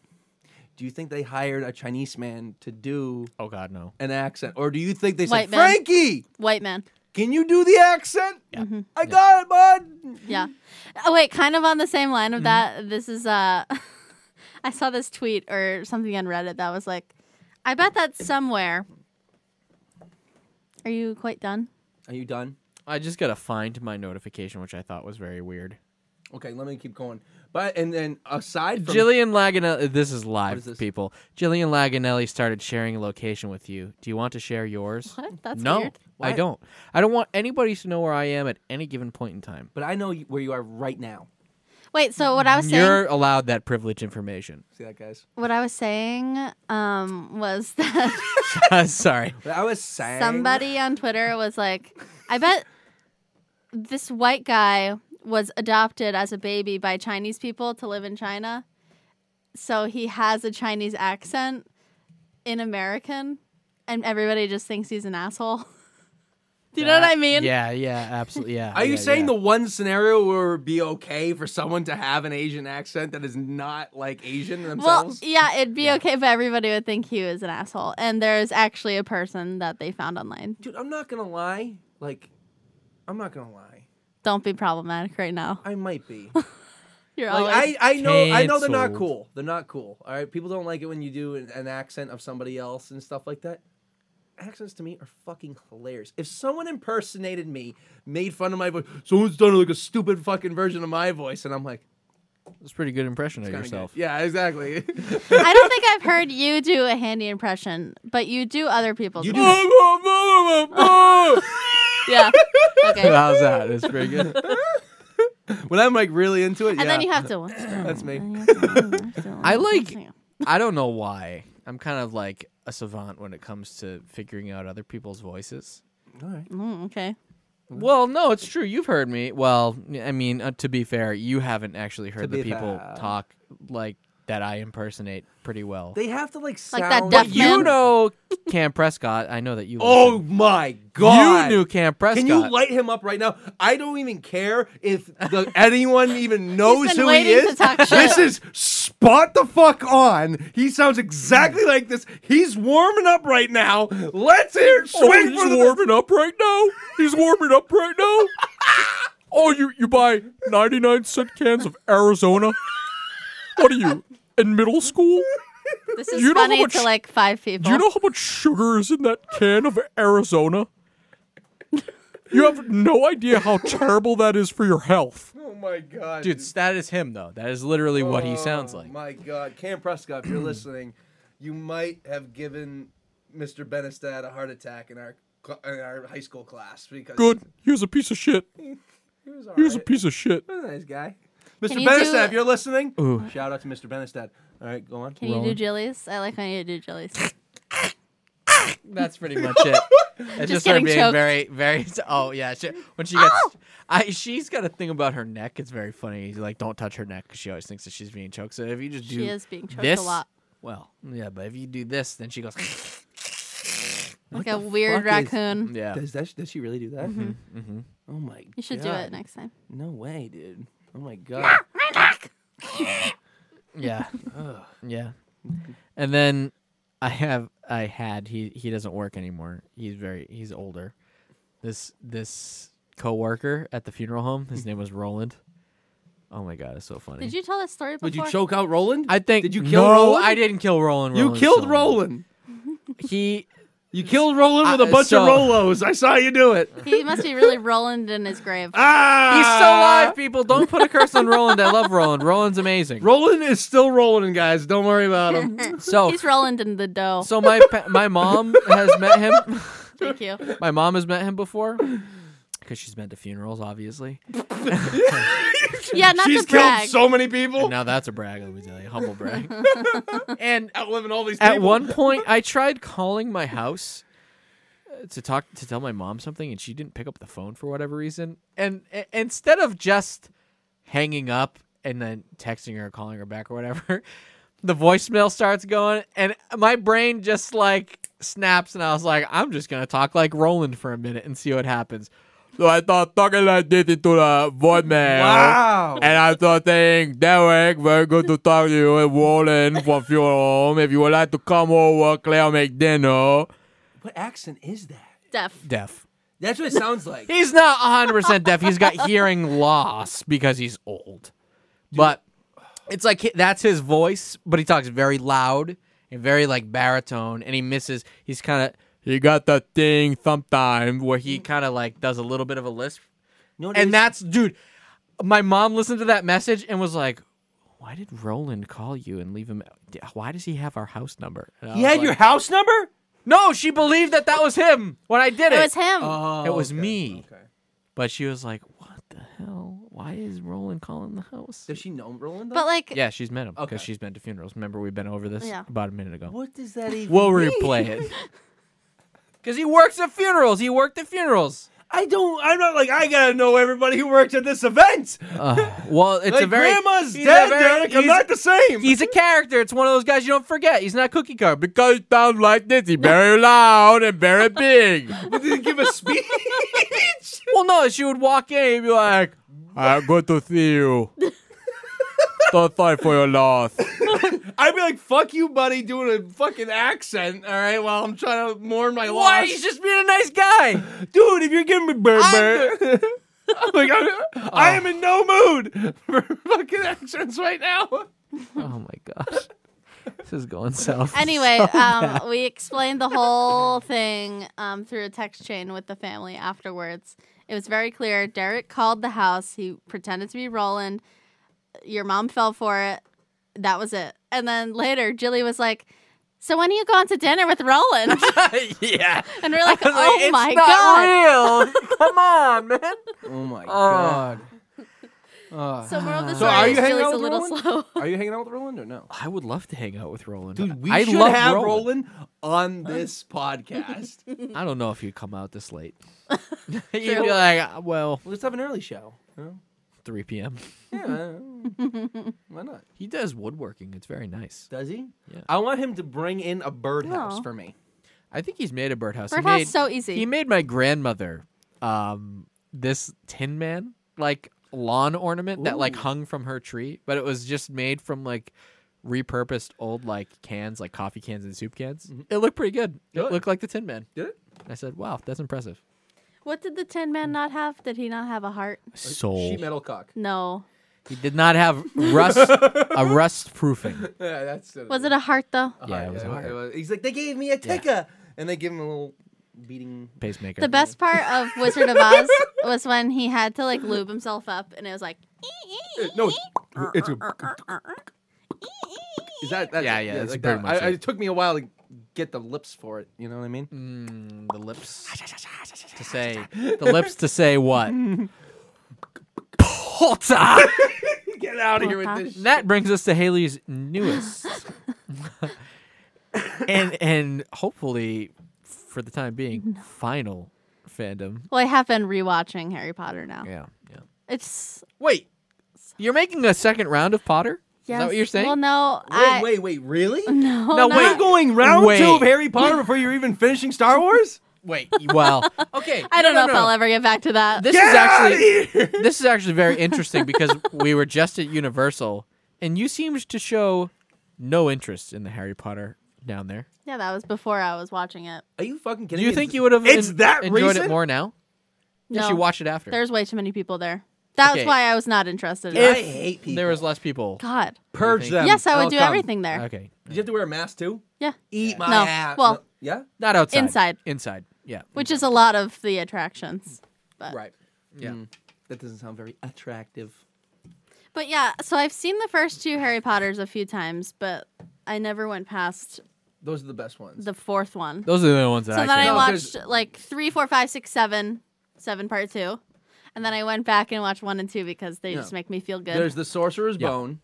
[SPEAKER 3] Do you think they hired a Chinese man to do
[SPEAKER 2] Oh God, no.
[SPEAKER 3] an accent, or do you think they said,
[SPEAKER 5] White man.
[SPEAKER 3] "Frankie,
[SPEAKER 5] white man.
[SPEAKER 3] can you do the accent?
[SPEAKER 2] Yeah.
[SPEAKER 5] Mm-hmm.
[SPEAKER 2] Mhm.
[SPEAKER 3] I got it, bud."
[SPEAKER 5] Yeah. Oh wait, kind of on the same line of
[SPEAKER 3] Mm-hmm.
[SPEAKER 5] that. This is uh I saw this tweet or something on Reddit that was like I bet that's somewhere. Are you quite done?
[SPEAKER 3] Are you done?
[SPEAKER 2] I just gotta find my notification, which I thought was very weird.
[SPEAKER 3] Okay, let me keep going. But and then aside from
[SPEAKER 2] Jillian Laganelli, this is live,
[SPEAKER 3] is this?
[SPEAKER 2] people. Jillian Laganelli started sharing a location with you. Do you want to share yours?
[SPEAKER 5] What? That's
[SPEAKER 2] no,
[SPEAKER 5] weird.
[SPEAKER 2] I
[SPEAKER 3] Why?
[SPEAKER 2] don't. I don't want anybody to know where I am at any given point in time.
[SPEAKER 3] but I know you- where you are right now.
[SPEAKER 5] Wait, so what I was saying
[SPEAKER 2] You're allowed that privilege information.
[SPEAKER 3] See that, guys?
[SPEAKER 5] what I was saying um was that
[SPEAKER 2] Uh, Sorry.
[SPEAKER 3] But I was saying
[SPEAKER 5] somebody on Twitter was like, I bet this white guy was adopted as a baby by Chinese people to live in China. So he has a Chinese accent in American, and everybody just thinks he's an asshole. Do you know what I mean?
[SPEAKER 2] Yeah, yeah, absolutely. Yeah.
[SPEAKER 3] Are you
[SPEAKER 2] yeah,
[SPEAKER 3] saying
[SPEAKER 2] yeah.
[SPEAKER 3] the one scenario where it would be okay for someone to have an Asian accent that is not like Asian
[SPEAKER 5] Well,
[SPEAKER 3] themselves?
[SPEAKER 5] yeah, it'd be okay if everybody would think he was an asshole. And there's actually a person that they found online.
[SPEAKER 3] Dude, I'm not gonna lie. Like, I'm not gonna lie.
[SPEAKER 5] Don't be problematic right now.
[SPEAKER 3] I might be.
[SPEAKER 5] You're
[SPEAKER 3] Like,
[SPEAKER 5] always
[SPEAKER 3] I, I know I know they're not
[SPEAKER 2] Canceled.
[SPEAKER 3] cool. They're not cool. All right, people don't like it when you do an, an accent of somebody else and stuff like that. Accents to me are fucking hilarious. If someone impersonated me, made fun of my voice, someone's done like a stupid fucking version of my voice, and I'm like,
[SPEAKER 2] It's a pretty good impression of
[SPEAKER 3] kinda good.
[SPEAKER 2] yourself.
[SPEAKER 3] Yeah, exactly.
[SPEAKER 5] I don't think I've heard you do a handy impression, but you do other people's.
[SPEAKER 3] You
[SPEAKER 5] ones. Yeah. Okay. And
[SPEAKER 2] How's that? It's pretty good.
[SPEAKER 3] when I'm like really into it, yeah,
[SPEAKER 5] then you have to.
[SPEAKER 3] that's me.
[SPEAKER 2] I like- I don't know why. I'm kind of like a savant when it comes to figuring out other people's voices.
[SPEAKER 3] All right.
[SPEAKER 5] Mm, okay.
[SPEAKER 2] Well, no, it's true. You've heard me. Well, I mean, uh, to be fair, you haven't actually heard the
[SPEAKER 3] be
[SPEAKER 2] people
[SPEAKER 3] fair.
[SPEAKER 2] talk like that. I impersonate pretty well.
[SPEAKER 3] They have to like
[SPEAKER 5] Like
[SPEAKER 3] sound
[SPEAKER 5] that deaf
[SPEAKER 3] Like,
[SPEAKER 5] man.
[SPEAKER 2] you know Cam Prescott. I know that you.
[SPEAKER 3] Oh
[SPEAKER 2] listen.
[SPEAKER 3] my god!
[SPEAKER 2] you knew Cam Prescott.
[SPEAKER 3] Can you light him up right now? I don't even care if the, anyone even knows
[SPEAKER 5] been
[SPEAKER 3] who he
[SPEAKER 5] waiting
[SPEAKER 3] is.
[SPEAKER 5] to talk shit.
[SPEAKER 3] This is spot the fuck on. He sounds exactly like this. He's warming up right now. Let's hear it swing for the
[SPEAKER 2] up right now. He's warming up right now. oh, you you buy ninety nine cent cans of Arizona. What are you in middle school?
[SPEAKER 5] This is
[SPEAKER 2] You know how
[SPEAKER 5] funny
[SPEAKER 2] much-
[SPEAKER 5] to like five people.
[SPEAKER 2] Do you know how much sugar is in that can of Arizona? You have no idea how terrible that is for your health.
[SPEAKER 3] Oh my god,
[SPEAKER 2] Dude, that is him though. That is literally what he sounds like.
[SPEAKER 3] My god, Cam Prescott, if you're listening, you might have given Mr. Benestad a heart attack in our cl- in our high school class because
[SPEAKER 1] Good. He was a piece of shit.
[SPEAKER 3] He was, all
[SPEAKER 1] He was a
[SPEAKER 3] right.
[SPEAKER 1] piece of shit.
[SPEAKER 3] He's a nice guy. Mr.
[SPEAKER 5] you do-
[SPEAKER 3] Benestad, if you're listening, shout out to Mr. Benestad. All right, go on.
[SPEAKER 5] Can you do jillies? I like when you do jillies.
[SPEAKER 2] That's pretty much it. It's just, her
[SPEAKER 5] getting
[SPEAKER 2] being
[SPEAKER 5] choked.
[SPEAKER 2] very, very. Oh yeah, she, when she gets, I she's got a thing about her neck. It's very funny. She's like, don't touch her neck because she always thinks that she's being choked. So if you just do,
[SPEAKER 5] She is being choked
[SPEAKER 2] this,
[SPEAKER 5] a lot.
[SPEAKER 2] Well, yeah, but if you do this, then she goes,
[SPEAKER 5] Like a weird
[SPEAKER 3] fuck is-
[SPEAKER 5] raccoon.
[SPEAKER 2] yeah.
[SPEAKER 3] Does that? Does she really do that? Mm-hmm. Oh my!
[SPEAKER 5] You should do it next time.
[SPEAKER 3] No way, dude. Oh my god.
[SPEAKER 2] Yeah. yeah. And then I have I had he he doesn't work anymore. He's very he's older. This this coworker at the funeral home, his name was Roland. Oh my god, it's so funny.
[SPEAKER 5] Mm. Did you tell this story before?
[SPEAKER 3] Would you choke out Roland?
[SPEAKER 2] I think
[SPEAKER 3] Did you kill
[SPEAKER 2] no,
[SPEAKER 3] Roland?
[SPEAKER 2] I didn't kill Roland.
[SPEAKER 3] You
[SPEAKER 2] Roland's
[SPEAKER 3] killed
[SPEAKER 2] still alive.
[SPEAKER 3] Roland.
[SPEAKER 2] He
[SPEAKER 3] You killed Roland with
[SPEAKER 2] Uh,
[SPEAKER 3] a bunch
[SPEAKER 2] so-
[SPEAKER 3] of Rolos. I saw you do it.
[SPEAKER 5] He must be really rolling in his grave.
[SPEAKER 3] Ah!
[SPEAKER 2] he's still alive, people. Don't put a curse on Roland. I love Roland. Roland's amazing.
[SPEAKER 3] Roland is still rolling, guys. Don't worry about him.
[SPEAKER 2] so
[SPEAKER 5] He's rolling in the dough.
[SPEAKER 2] Oh. so my pa- my mom has met him.
[SPEAKER 5] Thank you.
[SPEAKER 2] My mom has met him before because she's been to funerals, obviously.
[SPEAKER 5] Yeah, not
[SPEAKER 3] She's
[SPEAKER 5] to brag.
[SPEAKER 3] killed so many
[SPEAKER 4] Oh.
[SPEAKER 3] people.
[SPEAKER 2] And now that's a brag, let me tell you, humble brag.
[SPEAKER 3] uh,
[SPEAKER 2] and
[SPEAKER 3] outliving all these people.
[SPEAKER 2] at one point, I tried calling my house uh, to talk to tell my mom something, and she didn't pick up the phone for whatever reason. And i- instead of just hanging up and then texting her, or calling her back, or whatever, the voicemail starts going, and my brain just like snaps, and I was like, I'm just gonna talk like Roland for a minute and see what happens.
[SPEAKER 1] So I thought talking like this into the voicemail.
[SPEAKER 3] Wow.
[SPEAKER 1] And I thought saying, Derek, very good to talk to you at Roland from your home. If you would like to come over, Claire make dinner.
[SPEAKER 3] What accent is that?
[SPEAKER 5] Deaf.
[SPEAKER 2] Deaf.
[SPEAKER 3] That's what it sounds like.
[SPEAKER 2] He's not 100% deaf. He's got hearing loss because he's old. But it's like hi- that's his voice, but he talks very loud and very like baritone and he misses he's kind of
[SPEAKER 1] he got that thing sometimes where
[SPEAKER 2] He
[SPEAKER 1] he.
[SPEAKER 2] kind of like does a little bit of a lisp,
[SPEAKER 3] You know what it is?
[SPEAKER 2] and that's dude. My mom listened to that message and was like, "Why did Roland call you and leave him? Why does he have our house number?" And I
[SPEAKER 3] he
[SPEAKER 2] was
[SPEAKER 3] had
[SPEAKER 2] like,
[SPEAKER 3] your house number.
[SPEAKER 2] No, she believed that that was him when I did it.
[SPEAKER 5] It was him.
[SPEAKER 3] Oh,
[SPEAKER 2] It was
[SPEAKER 3] okay,
[SPEAKER 2] me.
[SPEAKER 3] Okay.
[SPEAKER 2] But she was like, "What the hell? Why is Roland calling the house?"
[SPEAKER 3] Does she know Roland?
[SPEAKER 5] but
[SPEAKER 3] though?
[SPEAKER 5] like,
[SPEAKER 2] Yeah, she's met him because
[SPEAKER 3] Okay.
[SPEAKER 2] she's been to funerals. Remember, we've been over this
[SPEAKER 5] Yeah.
[SPEAKER 2] about a minute ago.
[SPEAKER 3] what does that even?
[SPEAKER 2] We'll
[SPEAKER 3] mean?
[SPEAKER 2] replay it. Because he works at funerals. He worked at funerals.
[SPEAKER 3] I don't. I'm not like I gotta know everybody who worked at this event.
[SPEAKER 2] Ugh. well, it's
[SPEAKER 3] like
[SPEAKER 2] a very.
[SPEAKER 3] grandma's
[SPEAKER 2] he's a
[SPEAKER 3] dead,
[SPEAKER 2] very-
[SPEAKER 3] Derek. I'm
[SPEAKER 2] he's-
[SPEAKER 3] not the same.
[SPEAKER 2] He's a character. It's one of those guys you don't forget. He's not cookie cutter. But
[SPEAKER 1] Because it sounds like this, he very loud and very big.
[SPEAKER 3] But did he give a speech?
[SPEAKER 2] well, no, she would walk in and be like,
[SPEAKER 1] uh, good to see you. so sorry for your loss.
[SPEAKER 3] I'd be like, "Fuck you, buddy," doing a fucking accent. All right, while I'm trying to mourn my
[SPEAKER 2] "Why?
[SPEAKER 3] loss.
[SPEAKER 2] He's just being a nice guy."
[SPEAKER 3] dude, if you're giving me bird, bird. I'm like, I'm, I
[SPEAKER 2] Oh.
[SPEAKER 3] am in no mood for fucking accents right now.
[SPEAKER 2] oh my gosh, this is going south.
[SPEAKER 5] anyway, um, we explained the whole thing um, through a text chain with the family afterwards. It was very clear. Derek called the house. He pretended to be Roland. Your mom fell for it. That was it. And then later, Jilly was like, "So when are you going to dinner with Roland?"
[SPEAKER 2] yeah.
[SPEAKER 5] And we're like,
[SPEAKER 2] I was like,
[SPEAKER 5] "Oh
[SPEAKER 2] it's
[SPEAKER 5] my
[SPEAKER 2] not
[SPEAKER 5] god!"
[SPEAKER 2] real. Come on, man. Uh,
[SPEAKER 3] Oh my
[SPEAKER 2] God.
[SPEAKER 5] So moral of the
[SPEAKER 3] So
[SPEAKER 5] story
[SPEAKER 3] are
[SPEAKER 5] is
[SPEAKER 3] you hanging
[SPEAKER 5] Jilly's
[SPEAKER 3] out
[SPEAKER 5] a
[SPEAKER 3] with
[SPEAKER 5] little
[SPEAKER 3] Roland?
[SPEAKER 5] slow.
[SPEAKER 3] Are you hanging out with Roland or no?
[SPEAKER 2] I would love to hang out with Roland.
[SPEAKER 3] Dude, we
[SPEAKER 2] I
[SPEAKER 3] should
[SPEAKER 2] love
[SPEAKER 3] have
[SPEAKER 2] Roland.
[SPEAKER 3] Roland. on this podcast.
[SPEAKER 2] I don't know if he'd come out this late. You'd
[SPEAKER 5] True.
[SPEAKER 2] be like, "Uh, well,
[SPEAKER 3] Let's have an early show. you know?
[SPEAKER 2] 3 p.m.
[SPEAKER 3] Yeah. Why not?
[SPEAKER 2] He does woodworking. It's very nice.
[SPEAKER 3] Does he?
[SPEAKER 2] Yeah.
[SPEAKER 3] I want him to bring in a birdhouse
[SPEAKER 5] No.
[SPEAKER 3] for me.
[SPEAKER 2] I think he's made a birdhouse. He
[SPEAKER 5] Birdhouse
[SPEAKER 2] made-
[SPEAKER 5] so easy.
[SPEAKER 2] He made my grandmother um, this Tin Man like lawn ornament that like
[SPEAKER 3] Ooh.
[SPEAKER 2] hung from her tree, but it was just made from like repurposed old like cans, like coffee cans and soup cans.
[SPEAKER 5] Mm-hmm.
[SPEAKER 2] It looked pretty good. It
[SPEAKER 3] Good.
[SPEAKER 2] looked like the Tin Man.
[SPEAKER 3] Did it?
[SPEAKER 2] I said, "Wow, that's impressive."
[SPEAKER 5] What did the Tin Man not have? Did he not have a heart?
[SPEAKER 2] Soul.
[SPEAKER 3] Sheet metal cock.
[SPEAKER 5] No.
[SPEAKER 2] He did not have rust a rust proofing.
[SPEAKER 3] Yeah, that's uh, it.
[SPEAKER 5] Was it a heart though?
[SPEAKER 2] Yeah, it was a heart.
[SPEAKER 3] He's like, they gave me a ticker, and they give him a little beating.
[SPEAKER 2] Pacemaker.
[SPEAKER 5] The best part of Wizard of Oz was when he had to like lube himself up, and it was like,
[SPEAKER 3] No, it's, it's a. Is that that's,
[SPEAKER 2] Yeah, yeah, that's
[SPEAKER 3] like
[SPEAKER 2] pretty
[SPEAKER 3] that.
[SPEAKER 2] much
[SPEAKER 3] I,
[SPEAKER 2] it.
[SPEAKER 3] It took me a while to get the lips for it. You know what I
[SPEAKER 5] Mm-hmm.
[SPEAKER 3] mean?
[SPEAKER 2] Mm, the lips to say the lips to say what? Potter.
[SPEAKER 3] Get out of here with
[SPEAKER 5] Uh-huh.
[SPEAKER 3] this.
[SPEAKER 2] And that brings us to Haley's newest, and and hopefully, for the time being, final fandom.
[SPEAKER 5] "Well, I have been rewatching Harry Potter now.
[SPEAKER 2] Yeah, yeah.
[SPEAKER 5] It's
[SPEAKER 2] Wait, you're making a second round of Potter?
[SPEAKER 5] yes.
[SPEAKER 2] Is that what you're saying?
[SPEAKER 5] Well, no,
[SPEAKER 3] Wait,
[SPEAKER 5] I
[SPEAKER 3] wait, wait! Really?
[SPEAKER 5] no,
[SPEAKER 2] No,
[SPEAKER 5] not-
[SPEAKER 3] You're going round
[SPEAKER 2] Wait.
[SPEAKER 3] two of Harry Potter before you're even finishing Star Wars?
[SPEAKER 2] Wait, well, okay.
[SPEAKER 5] I don't
[SPEAKER 2] no,
[SPEAKER 5] know
[SPEAKER 2] no,
[SPEAKER 5] if
[SPEAKER 2] no.
[SPEAKER 5] I'll ever get back to that.
[SPEAKER 2] This
[SPEAKER 3] Get
[SPEAKER 2] is
[SPEAKER 3] outta
[SPEAKER 2] actually
[SPEAKER 3] here!
[SPEAKER 2] this is actually very interesting because we were just at Universal, and you seemed to show no interest in the Harry Potter down there.
[SPEAKER 5] yeah, that was before I was watching it.
[SPEAKER 3] Are you fucking
[SPEAKER 2] Do
[SPEAKER 3] kidding
[SPEAKER 2] you
[SPEAKER 3] me?
[SPEAKER 2] think you would have
[SPEAKER 3] It's
[SPEAKER 2] en-
[SPEAKER 3] that
[SPEAKER 2] enjoyed it
[SPEAKER 3] recent?
[SPEAKER 2] more now?
[SPEAKER 5] No,
[SPEAKER 2] Did you watch it after?
[SPEAKER 5] there's way too many people there. That was
[SPEAKER 2] Okay.
[SPEAKER 5] why I was not interested. in
[SPEAKER 3] I
[SPEAKER 5] it.
[SPEAKER 2] if
[SPEAKER 3] hate people.
[SPEAKER 2] there was less people.
[SPEAKER 5] God,
[SPEAKER 3] purge
[SPEAKER 2] think-
[SPEAKER 3] them.
[SPEAKER 5] yes, I would
[SPEAKER 3] They'll
[SPEAKER 5] do
[SPEAKER 3] come.
[SPEAKER 5] everything there.
[SPEAKER 2] Okay,
[SPEAKER 3] Did you have to wear a mask too?
[SPEAKER 5] Yeah,
[SPEAKER 3] Eat my
[SPEAKER 5] No.
[SPEAKER 3] ass.
[SPEAKER 5] Well-
[SPEAKER 3] No. yeah,
[SPEAKER 2] not outside.
[SPEAKER 5] Inside.
[SPEAKER 2] Inside. Yeah.
[SPEAKER 5] which is a lot of the attractions. But
[SPEAKER 3] right.
[SPEAKER 2] Yeah.
[SPEAKER 3] Mm. That doesn't sound very attractive.
[SPEAKER 5] But yeah, so I've seen the first two Harry Potters a few times, but I never went past
[SPEAKER 3] Those are the best ones.
[SPEAKER 5] the fourth one.
[SPEAKER 2] Those are the ones that
[SPEAKER 5] so
[SPEAKER 2] I.
[SPEAKER 5] then I
[SPEAKER 3] No,
[SPEAKER 5] watched
[SPEAKER 3] 'cause-
[SPEAKER 5] like three, four, five, six, seven, seven part two, and then I went back and watched one and two because they
[SPEAKER 3] Yeah.
[SPEAKER 5] just make me feel good.
[SPEAKER 3] There's the Sorcerer's
[SPEAKER 2] Yeah.
[SPEAKER 3] Bone.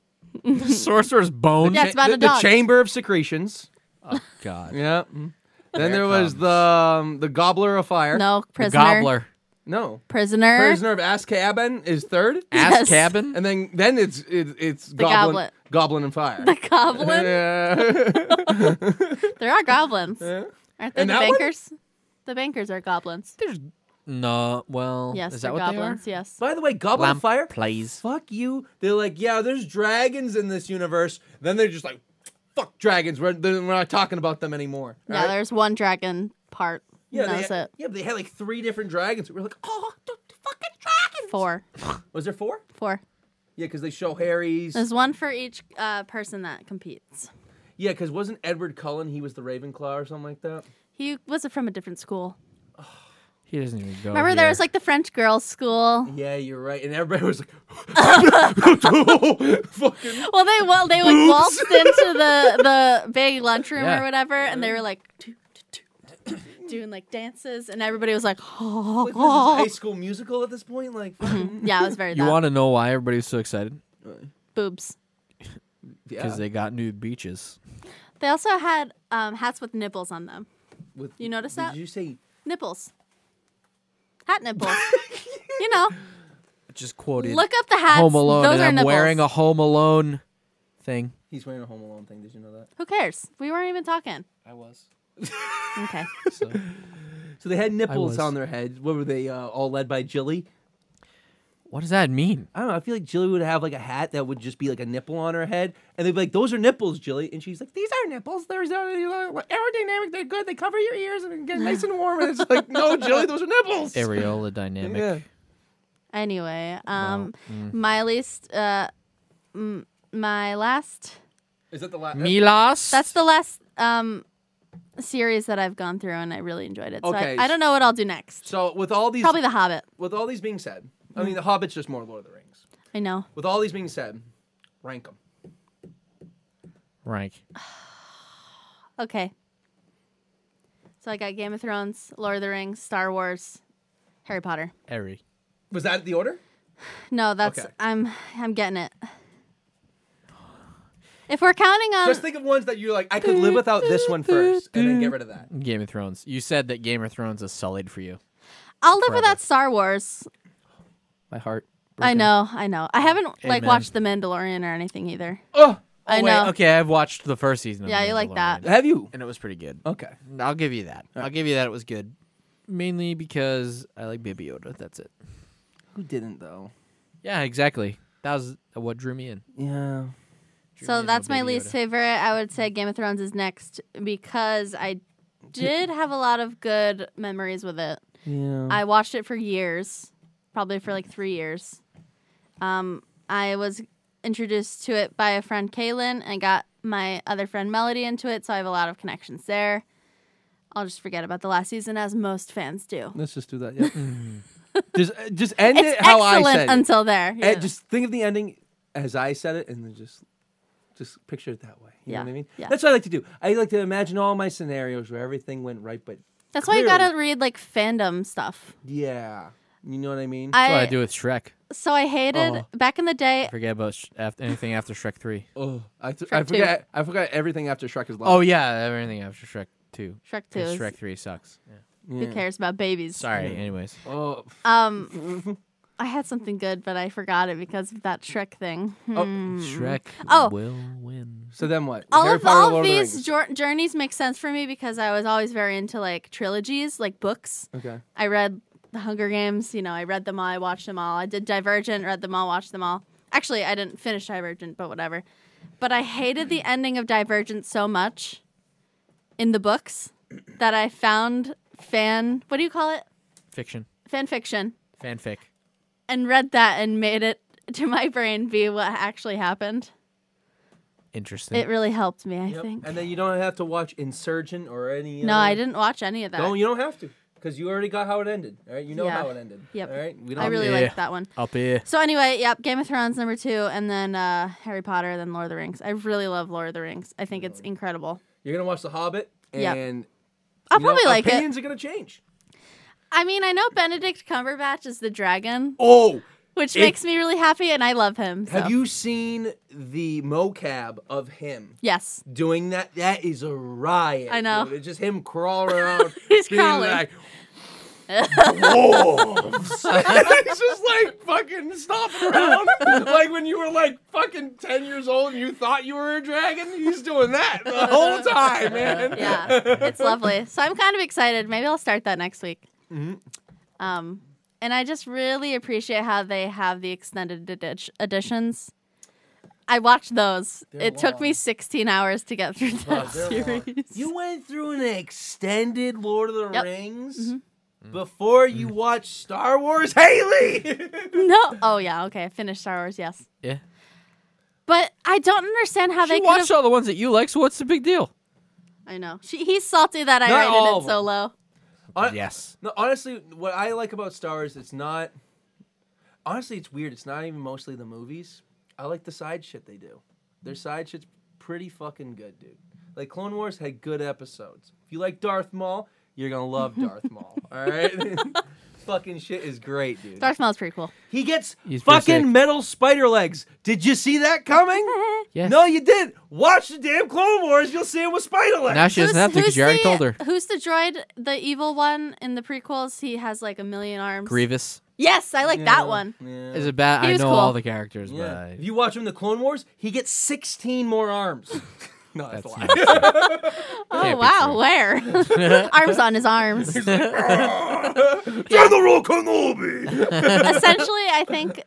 [SPEAKER 2] the Sorcerer's Bone.
[SPEAKER 5] Yeah, it's about
[SPEAKER 3] the,
[SPEAKER 5] a
[SPEAKER 3] the
[SPEAKER 5] dog.
[SPEAKER 3] Chamber of Secretions.
[SPEAKER 2] Oh God.
[SPEAKER 3] Yeah. Mm. Then
[SPEAKER 2] There
[SPEAKER 3] there
[SPEAKER 2] it
[SPEAKER 3] was
[SPEAKER 2] comes.
[SPEAKER 3] the um, the Gobbler of Fire.
[SPEAKER 5] no
[SPEAKER 2] The
[SPEAKER 5] prisoner,
[SPEAKER 2] Gobbler.
[SPEAKER 3] No.
[SPEAKER 5] prisoner,
[SPEAKER 3] Prisoner of Azkaban is third.
[SPEAKER 2] Ass
[SPEAKER 5] Yes.
[SPEAKER 2] cabin.
[SPEAKER 3] And then then it's it, it's Goblin
[SPEAKER 5] Goblet.
[SPEAKER 3] Goblin and Fire.
[SPEAKER 5] the goblin.
[SPEAKER 3] Yeah.
[SPEAKER 5] there are goblins, aren't they?
[SPEAKER 3] And
[SPEAKER 5] the
[SPEAKER 3] that one?
[SPEAKER 5] bankers. The bankers are goblins.
[SPEAKER 2] There's no. Well.
[SPEAKER 5] Yes,
[SPEAKER 2] Is that
[SPEAKER 5] they're
[SPEAKER 2] what
[SPEAKER 5] goblins.
[SPEAKER 2] they are?
[SPEAKER 5] Yes.
[SPEAKER 3] By the way, Goblin
[SPEAKER 2] Lamp,
[SPEAKER 3] of Fire.
[SPEAKER 2] please.
[SPEAKER 3] Fuck you. They're like, yeah, there's dragons in this universe. Then they're just like, fuck dragons. We're, we're not talking about them anymore.
[SPEAKER 5] Yeah,
[SPEAKER 3] Alright?
[SPEAKER 5] there's one dragon part.
[SPEAKER 3] Yeah,
[SPEAKER 5] and
[SPEAKER 3] they
[SPEAKER 5] that's
[SPEAKER 3] had,
[SPEAKER 5] it.
[SPEAKER 3] Yeah, but they had like three different dragons. We are like, oh, the, the fucking dragons.
[SPEAKER 5] Four,
[SPEAKER 3] Was there four?
[SPEAKER 5] four.
[SPEAKER 3] Yeah, because they show Harry's.
[SPEAKER 5] There's one for each uh, person that competes.
[SPEAKER 3] Yeah, because wasn't Edward Cullen? He was the Ravenclaw or something like that.
[SPEAKER 5] He was from a different school.
[SPEAKER 3] Oh,
[SPEAKER 2] He doesn't even go.
[SPEAKER 5] Remember, there was like the French girls' school.
[SPEAKER 3] Yeah, you're right. And everybody was like, fucking.
[SPEAKER 5] Well, they well they would waltz into the the big lunchroom
[SPEAKER 2] Yeah.
[SPEAKER 5] or whatever, and they were like doo, doo, doo, doo, doing like dances, and everybody was like, oh,
[SPEAKER 3] Like, this is high school musical at this point. Like, fucking-
[SPEAKER 5] yeah, it was very.
[SPEAKER 2] You
[SPEAKER 5] that.
[SPEAKER 2] want to know why everybody's so excited?
[SPEAKER 5] boobs?
[SPEAKER 3] yeah.
[SPEAKER 2] Because they got nude beaches.
[SPEAKER 5] They also had um, hats with nipples on them.
[SPEAKER 3] With-
[SPEAKER 5] You notice
[SPEAKER 3] did
[SPEAKER 5] that?
[SPEAKER 3] you say
[SPEAKER 5] Nipples, hat nipples. you know,
[SPEAKER 2] Just quoted
[SPEAKER 5] look up the hats.
[SPEAKER 2] Home Alone,
[SPEAKER 5] Those
[SPEAKER 2] and
[SPEAKER 5] are
[SPEAKER 2] I'm
[SPEAKER 5] nipples.
[SPEAKER 2] wearing a Home Alone thing.
[SPEAKER 3] he's wearing a Home Alone thing? Did you know that?
[SPEAKER 5] Who cares? We weren't even talking.
[SPEAKER 2] I was.
[SPEAKER 5] Okay.
[SPEAKER 2] So.
[SPEAKER 3] So they had nipples
[SPEAKER 2] was.
[SPEAKER 3] on their heads. What were they? Uh, all led by Jilly.
[SPEAKER 2] what does that mean?
[SPEAKER 3] I don't know. I feel like Jilly would have like a hat that would just be like a nipple on her head, and they'd be like, "Those are nipples, Jilly," and she's like, "These are nipples. They're, they're, they're aerodynamic. They're good. They cover your ears and get nice and warm." And it's like, "No, Jilly, those are nipples."
[SPEAKER 2] Areola dynamic.
[SPEAKER 3] Yeah.
[SPEAKER 5] Anyway, um,
[SPEAKER 2] Mm.
[SPEAKER 5] my least, uh, m- my last.
[SPEAKER 3] Is that the last?
[SPEAKER 2] Milos.
[SPEAKER 5] That's the last um series that I've gone through, and I really enjoyed it.
[SPEAKER 3] Okay,
[SPEAKER 5] So I, I don't know what I'll do next.
[SPEAKER 3] So with all these,
[SPEAKER 5] Probably The Hobbit.
[SPEAKER 3] with all these being said, I mean, The Hobbit's just more Lord of the Rings.
[SPEAKER 5] I know.
[SPEAKER 3] With all these being said, rank them.
[SPEAKER 2] rank.
[SPEAKER 5] Okay. So I got Game of Thrones, Lord of the Rings, Star Wars, Harry Potter.
[SPEAKER 2] Harry.
[SPEAKER 3] Was that the order?
[SPEAKER 5] No, that's
[SPEAKER 3] Okay.
[SPEAKER 5] I'm I'm getting it. If we're counting on
[SPEAKER 3] Just think of ones that you're like, I could live without this one first, and then get rid of that.
[SPEAKER 2] Game of Thrones. You said that Game of Thrones is sullied for you.
[SPEAKER 5] I'll live
[SPEAKER 2] forever.
[SPEAKER 5] without Star Wars.
[SPEAKER 2] My heart.
[SPEAKER 5] I
[SPEAKER 2] broken.
[SPEAKER 5] know, I know. I haven't like
[SPEAKER 2] Amen.
[SPEAKER 5] watched The Mandalorian or anything either.
[SPEAKER 3] Oh,
[SPEAKER 5] I
[SPEAKER 2] Oh, wait,
[SPEAKER 5] know.
[SPEAKER 2] okay, I've watched the first season. Of
[SPEAKER 5] Yeah, you like
[SPEAKER 2] Mandalorian,
[SPEAKER 5] that.
[SPEAKER 3] have you?
[SPEAKER 2] and it was pretty good.
[SPEAKER 3] Okay.
[SPEAKER 2] I'll give you that. I'll give you that. It was good, mainly because I like Baby Yoda. That's it.
[SPEAKER 3] Who didn't though?
[SPEAKER 2] Yeah, exactly. That was what drew me in.
[SPEAKER 3] Yeah.
[SPEAKER 2] Drew me
[SPEAKER 5] So
[SPEAKER 2] in
[SPEAKER 5] that's
[SPEAKER 2] with
[SPEAKER 5] my
[SPEAKER 2] Baby
[SPEAKER 5] least
[SPEAKER 2] Yoda.
[SPEAKER 5] favorite. I would say Game of Thrones is next because I did have a lot of good memories with it.
[SPEAKER 3] Yeah.
[SPEAKER 5] I watched it for years, probably for like three years. Um, I was introduced to it by a friend, Kaylin, and got my other friend, Melody, into it. So I have a lot of connections there. I'll just forget about the last season, as most fans do.
[SPEAKER 3] Let's just do that. Yeah. Mm-hmm. just uh, just end
[SPEAKER 5] It's
[SPEAKER 3] it how I
[SPEAKER 5] excellent
[SPEAKER 3] said. it.
[SPEAKER 5] until there.
[SPEAKER 3] Eh,
[SPEAKER 5] Yeah.
[SPEAKER 3] just think of the ending as I said it, and then just just picture it that way. You
[SPEAKER 5] Yeah,
[SPEAKER 3] know what I mean?
[SPEAKER 5] yeah.
[SPEAKER 3] That's what I like to do. I like to imagine all my scenarios where everything went right, but
[SPEAKER 5] That's why you
[SPEAKER 3] clearly-
[SPEAKER 5] gotta read like fandom stuff.
[SPEAKER 3] yeah, you know what I mean.
[SPEAKER 2] That's what I do with Shrek.
[SPEAKER 5] So I hated
[SPEAKER 3] Oh.
[SPEAKER 5] back in the day.
[SPEAKER 2] Forget about sh- af- anything after Shrek three.
[SPEAKER 3] oh, I, th-
[SPEAKER 5] Shrek
[SPEAKER 3] I forgot. I forgot everything after Shrek is
[SPEAKER 2] Oh
[SPEAKER 3] lost.
[SPEAKER 2] yeah, everything after Shrek two.
[SPEAKER 5] Shrek Two.
[SPEAKER 2] 'Cause
[SPEAKER 5] is-
[SPEAKER 2] Shrek three sucks. Yeah. Mm.
[SPEAKER 3] yeah.
[SPEAKER 5] Who cares about babies?
[SPEAKER 2] Sorry. Anyways,
[SPEAKER 3] Oh,
[SPEAKER 5] Um, I had something good, but I forgot it because of that Shrek thing. Hmm.
[SPEAKER 2] Shrek
[SPEAKER 5] Oh.
[SPEAKER 2] will win.
[SPEAKER 3] so then what?
[SPEAKER 5] all
[SPEAKER 3] Harry
[SPEAKER 5] of
[SPEAKER 3] Potter,
[SPEAKER 5] all
[SPEAKER 3] Lord
[SPEAKER 5] of
[SPEAKER 3] of the
[SPEAKER 5] these
[SPEAKER 3] Rings.
[SPEAKER 5] jour- journeys make sense for me because I was always very into like trilogies, like books.
[SPEAKER 3] okay.
[SPEAKER 5] I read The Hunger Games. You know, I read them all. I watched them all. I did Divergent, read them all, watched them all. Actually, I didn't finish Divergent, but whatever. But I hated the ending of Divergent so much in the books that I found fan what do you call it
[SPEAKER 2] Fiction.
[SPEAKER 5] fan fiction
[SPEAKER 2] Fanfic.
[SPEAKER 5] and read that and made it to my brain be what actually happened.
[SPEAKER 2] Interesting.
[SPEAKER 5] It really helped me, I
[SPEAKER 3] Yep.
[SPEAKER 5] think.
[SPEAKER 3] And then you don't have to watch Insurgent or any.
[SPEAKER 5] No,
[SPEAKER 3] other-
[SPEAKER 5] I didn't watch any of that.
[SPEAKER 3] No, you don't have to, because you already got how it ended. All right, you know
[SPEAKER 5] Yeah.
[SPEAKER 3] how it ended.
[SPEAKER 5] Yep.
[SPEAKER 3] All right, we don't.
[SPEAKER 5] I really
[SPEAKER 2] Yeah.
[SPEAKER 5] liked that one.
[SPEAKER 2] Up here.
[SPEAKER 5] So anyway, yep, Game of Thrones number two, and then uh, Harry Potter, then Lord of the Rings. I really love Lord of the Rings. I think it's incredible.
[SPEAKER 3] You're gonna watch The Hobbit,
[SPEAKER 5] Yep.
[SPEAKER 3] and
[SPEAKER 5] I'll
[SPEAKER 3] you know,
[SPEAKER 5] probably like it.
[SPEAKER 3] opinions are gonna change.
[SPEAKER 5] I mean, I know Benedict Cumberbatch is the dragon,
[SPEAKER 3] Oh,
[SPEAKER 5] which
[SPEAKER 3] it-
[SPEAKER 5] makes me really happy, and I love him.
[SPEAKER 3] have
[SPEAKER 5] so.
[SPEAKER 3] you seen the mocap of him
[SPEAKER 5] Yes.
[SPEAKER 3] doing that? That is a riot.
[SPEAKER 5] I know.
[SPEAKER 3] dude. It's just him crawling around.
[SPEAKER 5] He's
[SPEAKER 3] being
[SPEAKER 5] crawling.
[SPEAKER 3] Like, Wolves. it's just like fucking stomping around. like when you were like fucking 10 years old and you thought you were a dragon, he's doing that the whole time, man.
[SPEAKER 5] Yeah, it's lovely. So I'm kind of excited. Maybe I'll start that next week.
[SPEAKER 3] Mm-hmm.
[SPEAKER 5] Um, and I just really appreciate how they have the extended edi- editions. I watched those.
[SPEAKER 3] They're
[SPEAKER 5] it took me
[SPEAKER 3] long.
[SPEAKER 5] 16 hours to get through that series.
[SPEAKER 3] You went through an extended Lord of the
[SPEAKER 5] Yep. Mm-hmm.
[SPEAKER 3] Rings before you watched Star Wars Haley.
[SPEAKER 5] No. Oh yeah. Okay. Finish Star Wars. Yes.
[SPEAKER 2] Yeah.
[SPEAKER 5] But I don't understand how they
[SPEAKER 2] She
[SPEAKER 5] could
[SPEAKER 2] watched
[SPEAKER 5] have.
[SPEAKER 2] all the ones that you like, so what's the big deal?
[SPEAKER 5] I know. She, he's salty that I
[SPEAKER 3] Not all
[SPEAKER 5] rated
[SPEAKER 3] of
[SPEAKER 5] it so
[SPEAKER 3] them.
[SPEAKER 5] low.
[SPEAKER 3] Hon-
[SPEAKER 2] Uh, Yes.
[SPEAKER 3] No, honestly, what I like about Star is it's not. Honestly, it's weird. It's not even mostly the movies. I like the side shit they do. Their side shit's pretty fucking good, dude. Like Clone Wars had good episodes. If you like Darth Maul, you're gonna love Darth Maul. All right. fucking shit is great, dude.
[SPEAKER 5] Darth Maul's pretty cool.
[SPEAKER 3] he gets
[SPEAKER 2] He's pretty sick.
[SPEAKER 3] fucking metal spider legs. Did you see that coming?
[SPEAKER 2] Yes.
[SPEAKER 3] No, you did. Watch the damn Clone Wars. You'll see him with spider legs.
[SPEAKER 2] Now she doesn't have to because you already
[SPEAKER 5] the,
[SPEAKER 2] told her.
[SPEAKER 5] Who's the droid, the evil one in the prequels? He has like a million arms.
[SPEAKER 2] Grievous
[SPEAKER 5] Yes, I like
[SPEAKER 3] Yeah,
[SPEAKER 5] that one.
[SPEAKER 3] yeah.
[SPEAKER 2] is a bad.
[SPEAKER 5] He
[SPEAKER 2] I
[SPEAKER 5] was
[SPEAKER 2] know
[SPEAKER 5] cool.
[SPEAKER 2] all the characters, but
[SPEAKER 3] Yeah.
[SPEAKER 2] I-
[SPEAKER 3] If you watch him in the Clone Wars, he gets 16 more arms. no, that's,
[SPEAKER 2] that's
[SPEAKER 3] a lie.
[SPEAKER 2] not true.
[SPEAKER 5] Oh
[SPEAKER 2] Can't be
[SPEAKER 5] wow,
[SPEAKER 2] true.
[SPEAKER 5] where? arms on his arms.
[SPEAKER 3] General Kenobi.
[SPEAKER 5] essentially i think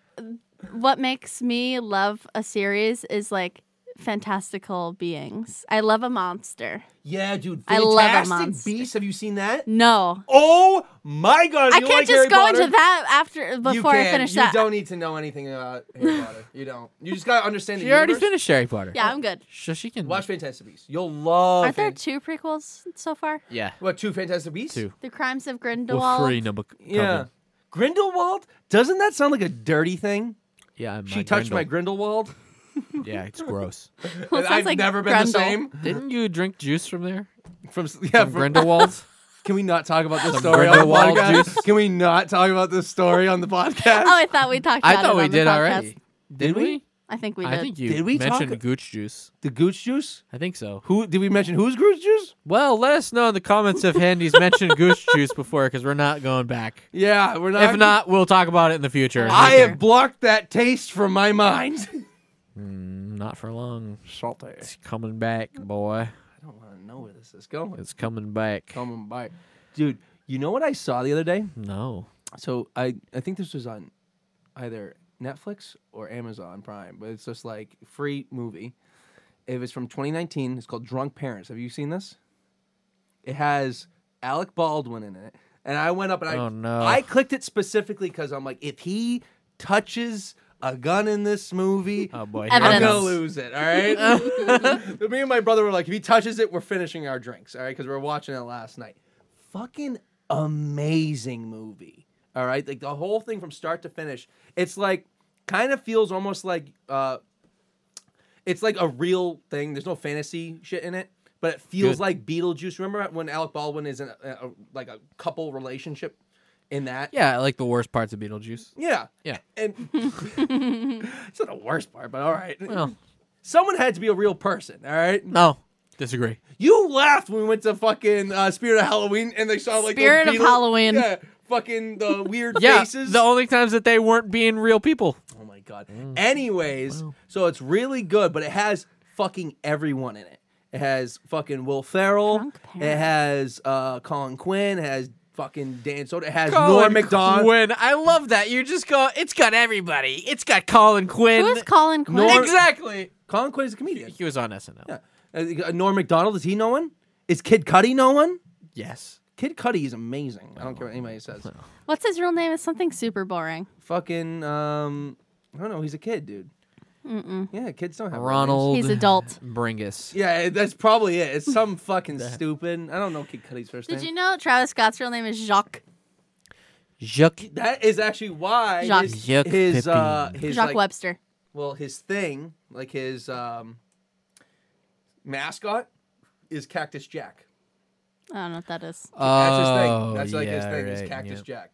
[SPEAKER 5] what makes me love a series is like fantastical beings i love a monster
[SPEAKER 3] yeah, dude.
[SPEAKER 5] I love a
[SPEAKER 3] Fantastic
[SPEAKER 5] monster.
[SPEAKER 3] Beasts. Have you seen that?
[SPEAKER 5] no
[SPEAKER 3] Oh my god! if
[SPEAKER 5] i
[SPEAKER 3] you
[SPEAKER 5] can't
[SPEAKER 3] like
[SPEAKER 5] just
[SPEAKER 3] Harry
[SPEAKER 5] go
[SPEAKER 3] Potter,
[SPEAKER 5] into that after
[SPEAKER 3] you
[SPEAKER 5] before i
[SPEAKER 3] can.
[SPEAKER 5] finish
[SPEAKER 3] you
[SPEAKER 5] that
[SPEAKER 3] You don't need to know anything about Harry Potter. You don't. You just gotta understand.
[SPEAKER 2] She
[SPEAKER 3] the
[SPEAKER 2] already
[SPEAKER 3] universe.
[SPEAKER 2] finished Harry Potter.
[SPEAKER 5] yeah i'm good
[SPEAKER 2] So she can
[SPEAKER 3] Watch Fantastic Beasts. You'll love.
[SPEAKER 5] aren't there
[SPEAKER 3] Fan-
[SPEAKER 5] two prequels so far
[SPEAKER 2] Yeah.
[SPEAKER 3] what two Fantastic Beasts?
[SPEAKER 2] Two.
[SPEAKER 5] the crimes of
[SPEAKER 2] Well,
[SPEAKER 5] grindelwald
[SPEAKER 2] three number. c-
[SPEAKER 3] Yeah.
[SPEAKER 2] covered.
[SPEAKER 3] Grindelwald? Doesn't that sound like a dirty thing?
[SPEAKER 2] Yeah. I'm
[SPEAKER 3] she touched my Grindelwald.
[SPEAKER 2] my. Yeah, it's gross.
[SPEAKER 5] Well,
[SPEAKER 3] and
[SPEAKER 5] sounds
[SPEAKER 3] I've
[SPEAKER 5] like
[SPEAKER 3] never been the
[SPEAKER 5] Grendel.
[SPEAKER 3] same.
[SPEAKER 2] Didn't you drink juice from there?
[SPEAKER 3] From yeah,
[SPEAKER 2] From Grindelwald?
[SPEAKER 3] Can we not talk about this
[SPEAKER 2] Some
[SPEAKER 3] story on the
[SPEAKER 2] Grindelwald
[SPEAKER 3] podcast?
[SPEAKER 2] juice.
[SPEAKER 3] Can we not talk about this story on the podcast?
[SPEAKER 5] oh i thought we talked about
[SPEAKER 2] I thought
[SPEAKER 5] it
[SPEAKER 2] we
[SPEAKER 5] on the
[SPEAKER 2] did
[SPEAKER 5] podcast.
[SPEAKER 2] already. Did we?
[SPEAKER 5] i think we did
[SPEAKER 2] I think you
[SPEAKER 3] Did we talk-
[SPEAKER 2] mentioned gooch juice.
[SPEAKER 3] The Gooch Juice?
[SPEAKER 2] I think so.
[SPEAKER 3] Who did we mention? Who's Gooch Juice?
[SPEAKER 2] Well, let us know in the comments if Handy's mentioned gooch juice before, because we're not going back.
[SPEAKER 3] Yeah, we're not.
[SPEAKER 2] If not, we'll talk about it in the future.
[SPEAKER 3] I
[SPEAKER 5] either.
[SPEAKER 3] have blocked that taste from my mind.
[SPEAKER 2] Mm, Not for long.
[SPEAKER 3] Salty.
[SPEAKER 2] It's coming back, boy.
[SPEAKER 3] I don't want to know where this is going.
[SPEAKER 2] It's coming back.
[SPEAKER 3] Coming by, dude. You know what I saw the other day?
[SPEAKER 2] no.
[SPEAKER 3] So I I think this was on either Netflix or Amazon Prime, but it's just like free movie. It was from 2019. It's called Drunk Parents. Have you seen this? It has Alec Baldwin in it, and I went up and I
[SPEAKER 2] Oh, no.
[SPEAKER 3] I clicked it specifically because I'm like, if he touches a gun in this movie.
[SPEAKER 2] Oh boy.
[SPEAKER 5] I'm
[SPEAKER 3] I'm
[SPEAKER 5] Evidence.
[SPEAKER 3] gonna lose it, all right. But Me and my brother were like, if he touches it, we're finishing our drinks, all right, because we were watching it last night. Fucking amazing movie, all right. Like the whole thing from start to finish. It's like kind of feels almost like uh, it's like a real thing. There's no fantasy shit in it, but it feels
[SPEAKER 2] Good.
[SPEAKER 3] like Beetlejuice. Remember when Alec Baldwin is in a, a, like a couple relationship in that?
[SPEAKER 2] Yeah, I like the worst parts of Beetlejuice.
[SPEAKER 3] Yeah.
[SPEAKER 2] Yeah.
[SPEAKER 3] And it's not the worst part, but all right.
[SPEAKER 2] Well,
[SPEAKER 3] Someone had to be a real person, all right?
[SPEAKER 2] no. Disagree.
[SPEAKER 3] You laughed when we went to fucking uh, Spirit of Halloween and they saw like the
[SPEAKER 5] Spirit of
[SPEAKER 3] Beetle-
[SPEAKER 5] Halloween.
[SPEAKER 3] Yeah, fucking the weird
[SPEAKER 2] Yeah,
[SPEAKER 3] faces.
[SPEAKER 2] the only times that they weren't being real people.
[SPEAKER 3] oh my god. Anyways, so it's really good, but it has fucking everyone in it. It has fucking Will Ferrell.
[SPEAKER 5] Drunk
[SPEAKER 3] It
[SPEAKER 5] parents.
[SPEAKER 3] has uh, Colin Quinn. It has fucking Dan Soder. It has
[SPEAKER 2] Colin
[SPEAKER 3] Norm Macdonald.
[SPEAKER 2] Quinn. I love that. You just go, it's got everybody. It's got Colin Quinn.
[SPEAKER 5] who's colin quinn
[SPEAKER 3] Nor-
[SPEAKER 2] exactly.
[SPEAKER 3] Colin Quinn is a comedian.
[SPEAKER 2] He was on SNL.
[SPEAKER 3] Yeah. Uh, Norm Macdonald is he no one? Is Kid Cudi no one?
[SPEAKER 2] Yes.
[SPEAKER 3] Kid Cudi is amazing. I don't care what anybody says.
[SPEAKER 5] what's his real name it's something super boring
[SPEAKER 3] fucking um I don't know, he's a kid, dude. Mm-mm. Yeah, kids don't have real
[SPEAKER 2] Ronald
[SPEAKER 5] he's adult
[SPEAKER 2] Bringus.
[SPEAKER 3] names. Yeah, that's probably it. It's some fucking stupid. I don't know Kid Cudi's first
[SPEAKER 5] did
[SPEAKER 3] name.
[SPEAKER 5] you know travis scott's real name is jacques
[SPEAKER 2] Jacques.
[SPEAKER 3] That is actually why
[SPEAKER 5] Jacques-
[SPEAKER 3] his
[SPEAKER 2] Jacques
[SPEAKER 3] his, uh,
[SPEAKER 2] Pepin.
[SPEAKER 3] his
[SPEAKER 5] jacques
[SPEAKER 3] like,
[SPEAKER 5] webster
[SPEAKER 3] well his thing like his um mascot is Cactus Jack.
[SPEAKER 5] i don't know what that is
[SPEAKER 3] That's
[SPEAKER 2] oh,
[SPEAKER 3] his thing. That's like his thing. is Cactus Jack.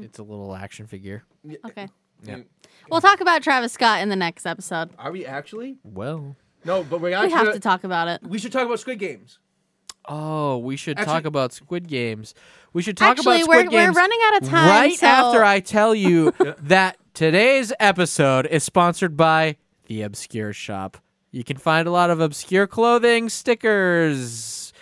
[SPEAKER 2] It's a little action figure.
[SPEAKER 3] Yeah,
[SPEAKER 5] okay
[SPEAKER 2] Yeah.
[SPEAKER 5] We'll talk about Travis Scott in the next episode.
[SPEAKER 3] Are we actually?
[SPEAKER 2] Well.
[SPEAKER 3] No, but we're actually.
[SPEAKER 5] We
[SPEAKER 2] uh,
[SPEAKER 5] have to talk about it.
[SPEAKER 3] we should talk about Squid Games.
[SPEAKER 2] Oh, we should talk
[SPEAKER 3] Actually-
[SPEAKER 2] about Squid Games. We should talk
[SPEAKER 5] Actually,
[SPEAKER 2] about
[SPEAKER 5] we're,
[SPEAKER 2] Squid
[SPEAKER 5] we're
[SPEAKER 2] Games
[SPEAKER 5] running out of time.
[SPEAKER 2] right
[SPEAKER 5] so-
[SPEAKER 2] after I tell you that today's episode is sponsored by The Obscure Shop. You can find a lot of obscure clothing, stickers,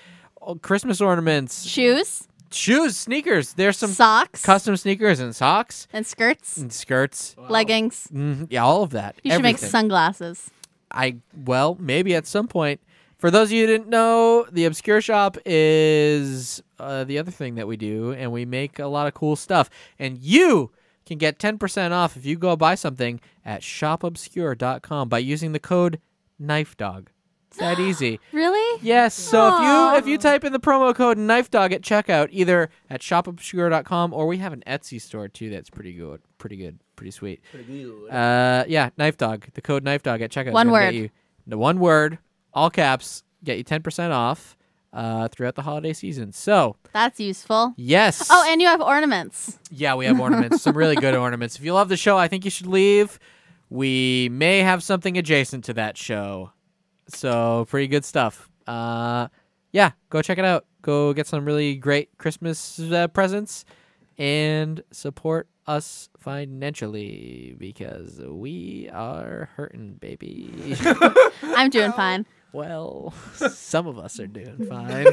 [SPEAKER 2] oh, Christmas ornaments,
[SPEAKER 5] shoes,
[SPEAKER 2] shoes, sneakers. There's some
[SPEAKER 5] socks,
[SPEAKER 2] custom sneakers and socks
[SPEAKER 5] and skirts,
[SPEAKER 2] and skirts.
[SPEAKER 5] leggings.
[SPEAKER 2] Mhm, Yeah, all of that.
[SPEAKER 5] You should make
[SPEAKER 2] Everything.
[SPEAKER 5] sunglasses.
[SPEAKER 2] I well, maybe at some point. For those of you who didn't know, the Obscure Shop is uh, the other thing that we do, and we make a lot of cool stuff. And you can get 10% off if you go buy something at shopobscure.com by using the code KNIFEDOG. It's that easy.
[SPEAKER 5] Really?
[SPEAKER 2] Yes. So
[SPEAKER 5] Aw.
[SPEAKER 2] if you if you type in the promo code knife dog at checkout, either at shopobscure.com or we have an Etsy store too. That's pretty good. Pretty good. Pretty sweet. Uh, yeah, knife dog. The code knife dog at checkout. is
[SPEAKER 5] One
[SPEAKER 2] gonna
[SPEAKER 5] word.
[SPEAKER 2] Get you, the one word, all caps. Get you ten percent off uh, throughout the holiday season. So
[SPEAKER 5] That's useful.
[SPEAKER 2] yes.
[SPEAKER 5] Oh, and you have ornaments.
[SPEAKER 2] Yeah, we have ornaments. some really good ornaments. If you love the show, I think you should leave. We may have something adjacent to that show. So, pretty good stuff. Uh, yeah, go check it out. Go get some really great Christmas uh, presents and support us financially because we are hurting, baby.
[SPEAKER 5] I'm doing fine.
[SPEAKER 2] well, some of us are doing fine.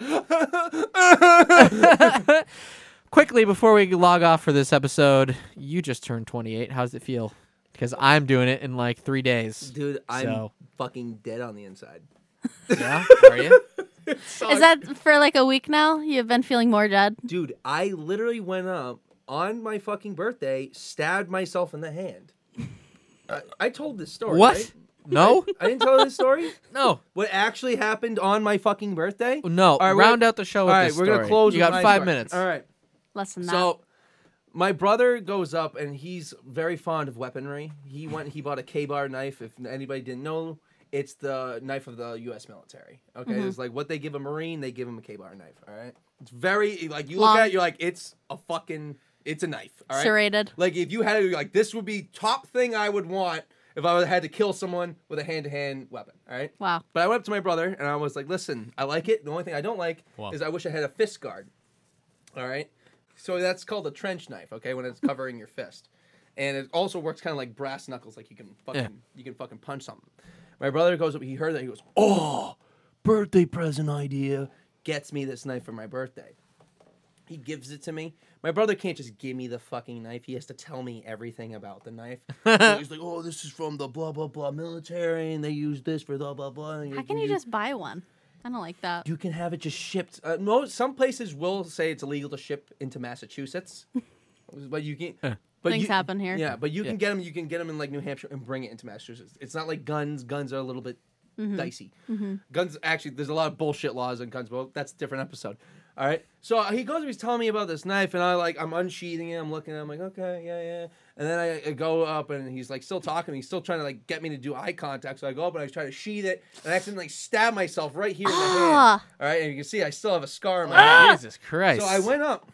[SPEAKER 2] Quickly, before we log off for this episode, you just turned 28. How's it feel? Because I'm doing it in like three days.
[SPEAKER 3] Dude, I'm
[SPEAKER 2] So.
[SPEAKER 3] fucking dead on the inside.
[SPEAKER 2] Yeah, are you?
[SPEAKER 5] Is that for like a week now? You've been feeling more dead?
[SPEAKER 3] Dude, I literally went up on my fucking birthday, stabbed myself in the hand. I, I told this story.
[SPEAKER 2] What?
[SPEAKER 3] right?
[SPEAKER 2] No,
[SPEAKER 3] I didn't tell this story.
[SPEAKER 2] no,
[SPEAKER 3] What actually happened on my fucking birthday?
[SPEAKER 2] no.
[SPEAKER 3] right, we're-
[SPEAKER 2] Round out the show
[SPEAKER 3] All
[SPEAKER 2] with
[SPEAKER 3] right,
[SPEAKER 2] this
[SPEAKER 3] we're gonna
[SPEAKER 2] story.
[SPEAKER 3] close.
[SPEAKER 2] You
[SPEAKER 3] with
[SPEAKER 2] got
[SPEAKER 3] my
[SPEAKER 2] five
[SPEAKER 3] story.
[SPEAKER 2] minutes.
[SPEAKER 3] All right.
[SPEAKER 5] Less than that.
[SPEAKER 3] So, my brother goes up and he's very fond of weaponry. He went. He bought a K-bar knife. If anybody didn't know, it's the knife of the U.S. military. Okay,
[SPEAKER 5] Mm-hmm.
[SPEAKER 3] it's like what they give a Marine, they give him a K-bar knife. All right, it's very like you
[SPEAKER 5] Long.
[SPEAKER 3] look at it, you're like it's a fucking it's a knife. All right,
[SPEAKER 5] Serrated.
[SPEAKER 3] like if you had to like this would be top thing I would want if I had to kill someone with a hand-to-hand weapon. All right.
[SPEAKER 5] Wow.
[SPEAKER 3] But I went up to my brother and I was like, listen, I like it. The only thing I don't like is I wish I had a fist guard. All right. So that's called a trench knife, okay, when it's covering your fist. And it also works kind of like brass knuckles, like you can fucking you can fucking punch something. My brother goes up, he heard that, he goes, Oh, birthday present idea. Gets me this knife for my birthday. He gives it to me. My brother can't just give me the fucking knife. He has to tell me everything about the knife. So he's like, "Oh, this is from the blah blah blah military, and they use this for the blah blah." and
[SPEAKER 5] How can you just buy one? I don't like that.
[SPEAKER 3] You can have it just shipped. Uh, no, some places will say it's illegal to ship into Massachusetts, but you can. But
[SPEAKER 5] Things
[SPEAKER 3] you-
[SPEAKER 5] happen here.
[SPEAKER 3] Yeah, but you can get them. You can get them in like New Hampshire and bring it into Massachusetts. It's not like guns. Guns are a little bit dicey. Guns actually, there's a lot of bullshit laws on guns. Well, that's a different episode. All right. So uh, he goes. He's telling me about this knife, and I like I'm unsheathing it. I'm looking. I'm like, okay, yeah, yeah. And then I, I go up, and he's like still talking. He's still trying to like get me to do eye contact. So I go up and I try to sheath it, and I accidentally stab myself right here in the hand.
[SPEAKER 5] Ah.
[SPEAKER 3] All right, and you can see I still have a scar on my hand.
[SPEAKER 2] Jesus Christ.
[SPEAKER 3] So I went up.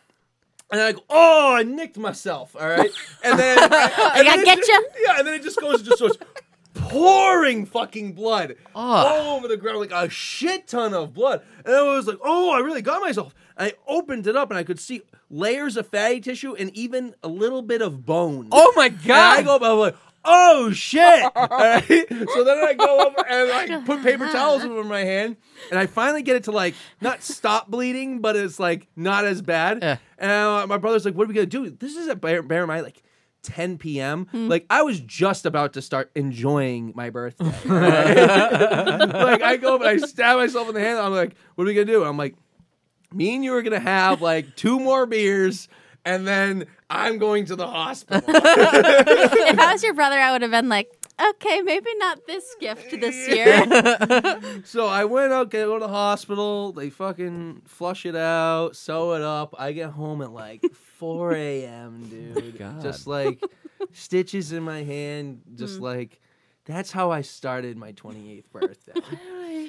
[SPEAKER 3] And I go, oh, I nicked myself, all right. And then, and I
[SPEAKER 5] gotta get ya.
[SPEAKER 3] Yeah, and then it just goes, it just starts pouring fucking blood all over the ground, like a shit ton of blood. And I was like, oh, I really got myself. And I opened it up, and I could see layers of fatty tissue and even a little bit of bone.
[SPEAKER 2] Oh my
[SPEAKER 3] And I
[SPEAKER 2] God.
[SPEAKER 3] go up, I'm like, oh shit. All right? So then I go up and I put paper towels over my hand and I finally get it to like not stop bleeding, but it's like not as bad.
[SPEAKER 2] Yeah.
[SPEAKER 3] And uh, my brother's like, what are we gonna do? This is at bear, bear in mind, like 10 p.m. Like I was just about to start enjoying my birthday. all right? like I go up and I stab myself in the hand. I'm like, what are we gonna do? I'm like, me and you are gonna have like two more beers, and then I'm going to the hospital.
[SPEAKER 5] if I was your brother, I would have been like, okay, maybe not this gift this year.
[SPEAKER 3] So I went out, go to the hospital. They fucking flush it out, sew it up. I get home at like 4 a.m., dude.
[SPEAKER 2] Oh God.
[SPEAKER 3] Just like stitches in my hand. Just like that's how I started my 28th birthday.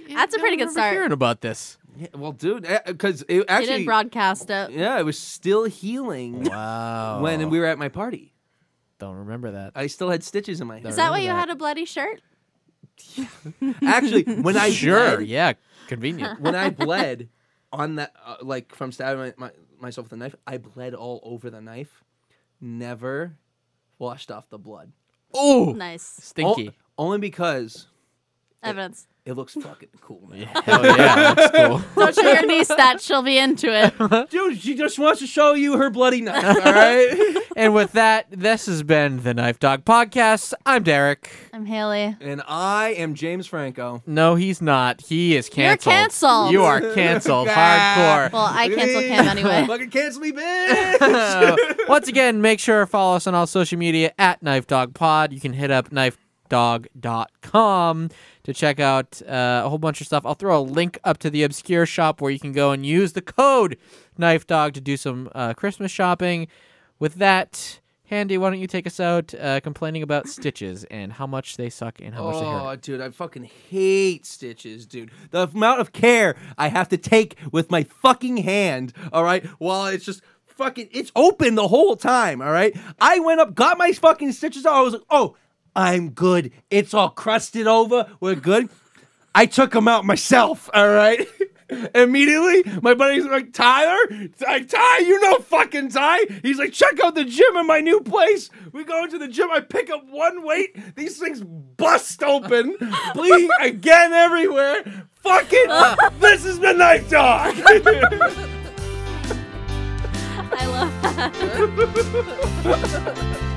[SPEAKER 5] That's a pretty good
[SPEAKER 2] Remember hearing
[SPEAKER 5] start.
[SPEAKER 2] about this.
[SPEAKER 3] yeah, well, dude, because it
[SPEAKER 5] You didn't
[SPEAKER 3] actually,
[SPEAKER 5] broadcast it.
[SPEAKER 3] yeah, it was still healing
[SPEAKER 2] Wow.
[SPEAKER 3] when we were at my party.
[SPEAKER 2] don't remember that.
[SPEAKER 3] I still had stitches in my
[SPEAKER 5] Is
[SPEAKER 3] hand.
[SPEAKER 5] that why
[SPEAKER 2] remember
[SPEAKER 5] you
[SPEAKER 2] that.
[SPEAKER 5] had a bloody shirt?
[SPEAKER 3] actually, when I
[SPEAKER 2] sure.
[SPEAKER 3] bled-
[SPEAKER 2] Yeah. Convenient.
[SPEAKER 3] when I bled on that, uh, like from stabbing my, my, myself with a knife, I bled all over the knife. Never washed off the blood.
[SPEAKER 2] oh,
[SPEAKER 5] Nice.
[SPEAKER 2] stinky.
[SPEAKER 3] O- only because
[SPEAKER 5] Evidence.
[SPEAKER 3] it looks fucking cool, man.
[SPEAKER 2] Oh. Hell yeah, that's cool.
[SPEAKER 5] Don't show your niece that. She'll be into it.
[SPEAKER 3] Dude, she just wants to show you her bloody knife, all right?
[SPEAKER 2] and with that, this has been the Knife Dog Podcast. I'm Derek.
[SPEAKER 5] I'm Haley.
[SPEAKER 3] and I am James Franco.
[SPEAKER 2] No, he's not. He is canceled.
[SPEAKER 5] canceled.
[SPEAKER 2] You are canceled. Hardcore.
[SPEAKER 5] Well, I cancel Cam anyway.
[SPEAKER 3] fucking cancel me, bitch!
[SPEAKER 2] So, once again, make sure to follow us on all social media at Knife Dog Pod. You can hit up Knife nightdog.com to check out uh, a whole bunch of stuff. I'll throw a link up to the obscure shop where you can go and use the code Knife Dog to do some uh, Christmas shopping. With that, Handy, why don't you take us out uh, complaining about stitches and how much they suck and how much they
[SPEAKER 4] Oh,
[SPEAKER 2] hurt?
[SPEAKER 4] dude, I fucking hate stitches, dude. The amount of care I have to take with my fucking hand, all right, while it's just fucking, it's open the whole time, all right? I went up, got my fucking stitches out. I was like, oh, I'm good. It's all crusted over. We're good. I took them out myself, all right? Immediately, my buddies were like, Tyler, like, Ty, you know fucking Ty. He's like, check out the gym in my new place. We go into the gym, I pick up one weight, these things bust open, bleeding again everywhere. Fucking, this has been Knife Dog.
[SPEAKER 5] I love that.
[SPEAKER 4] Bye.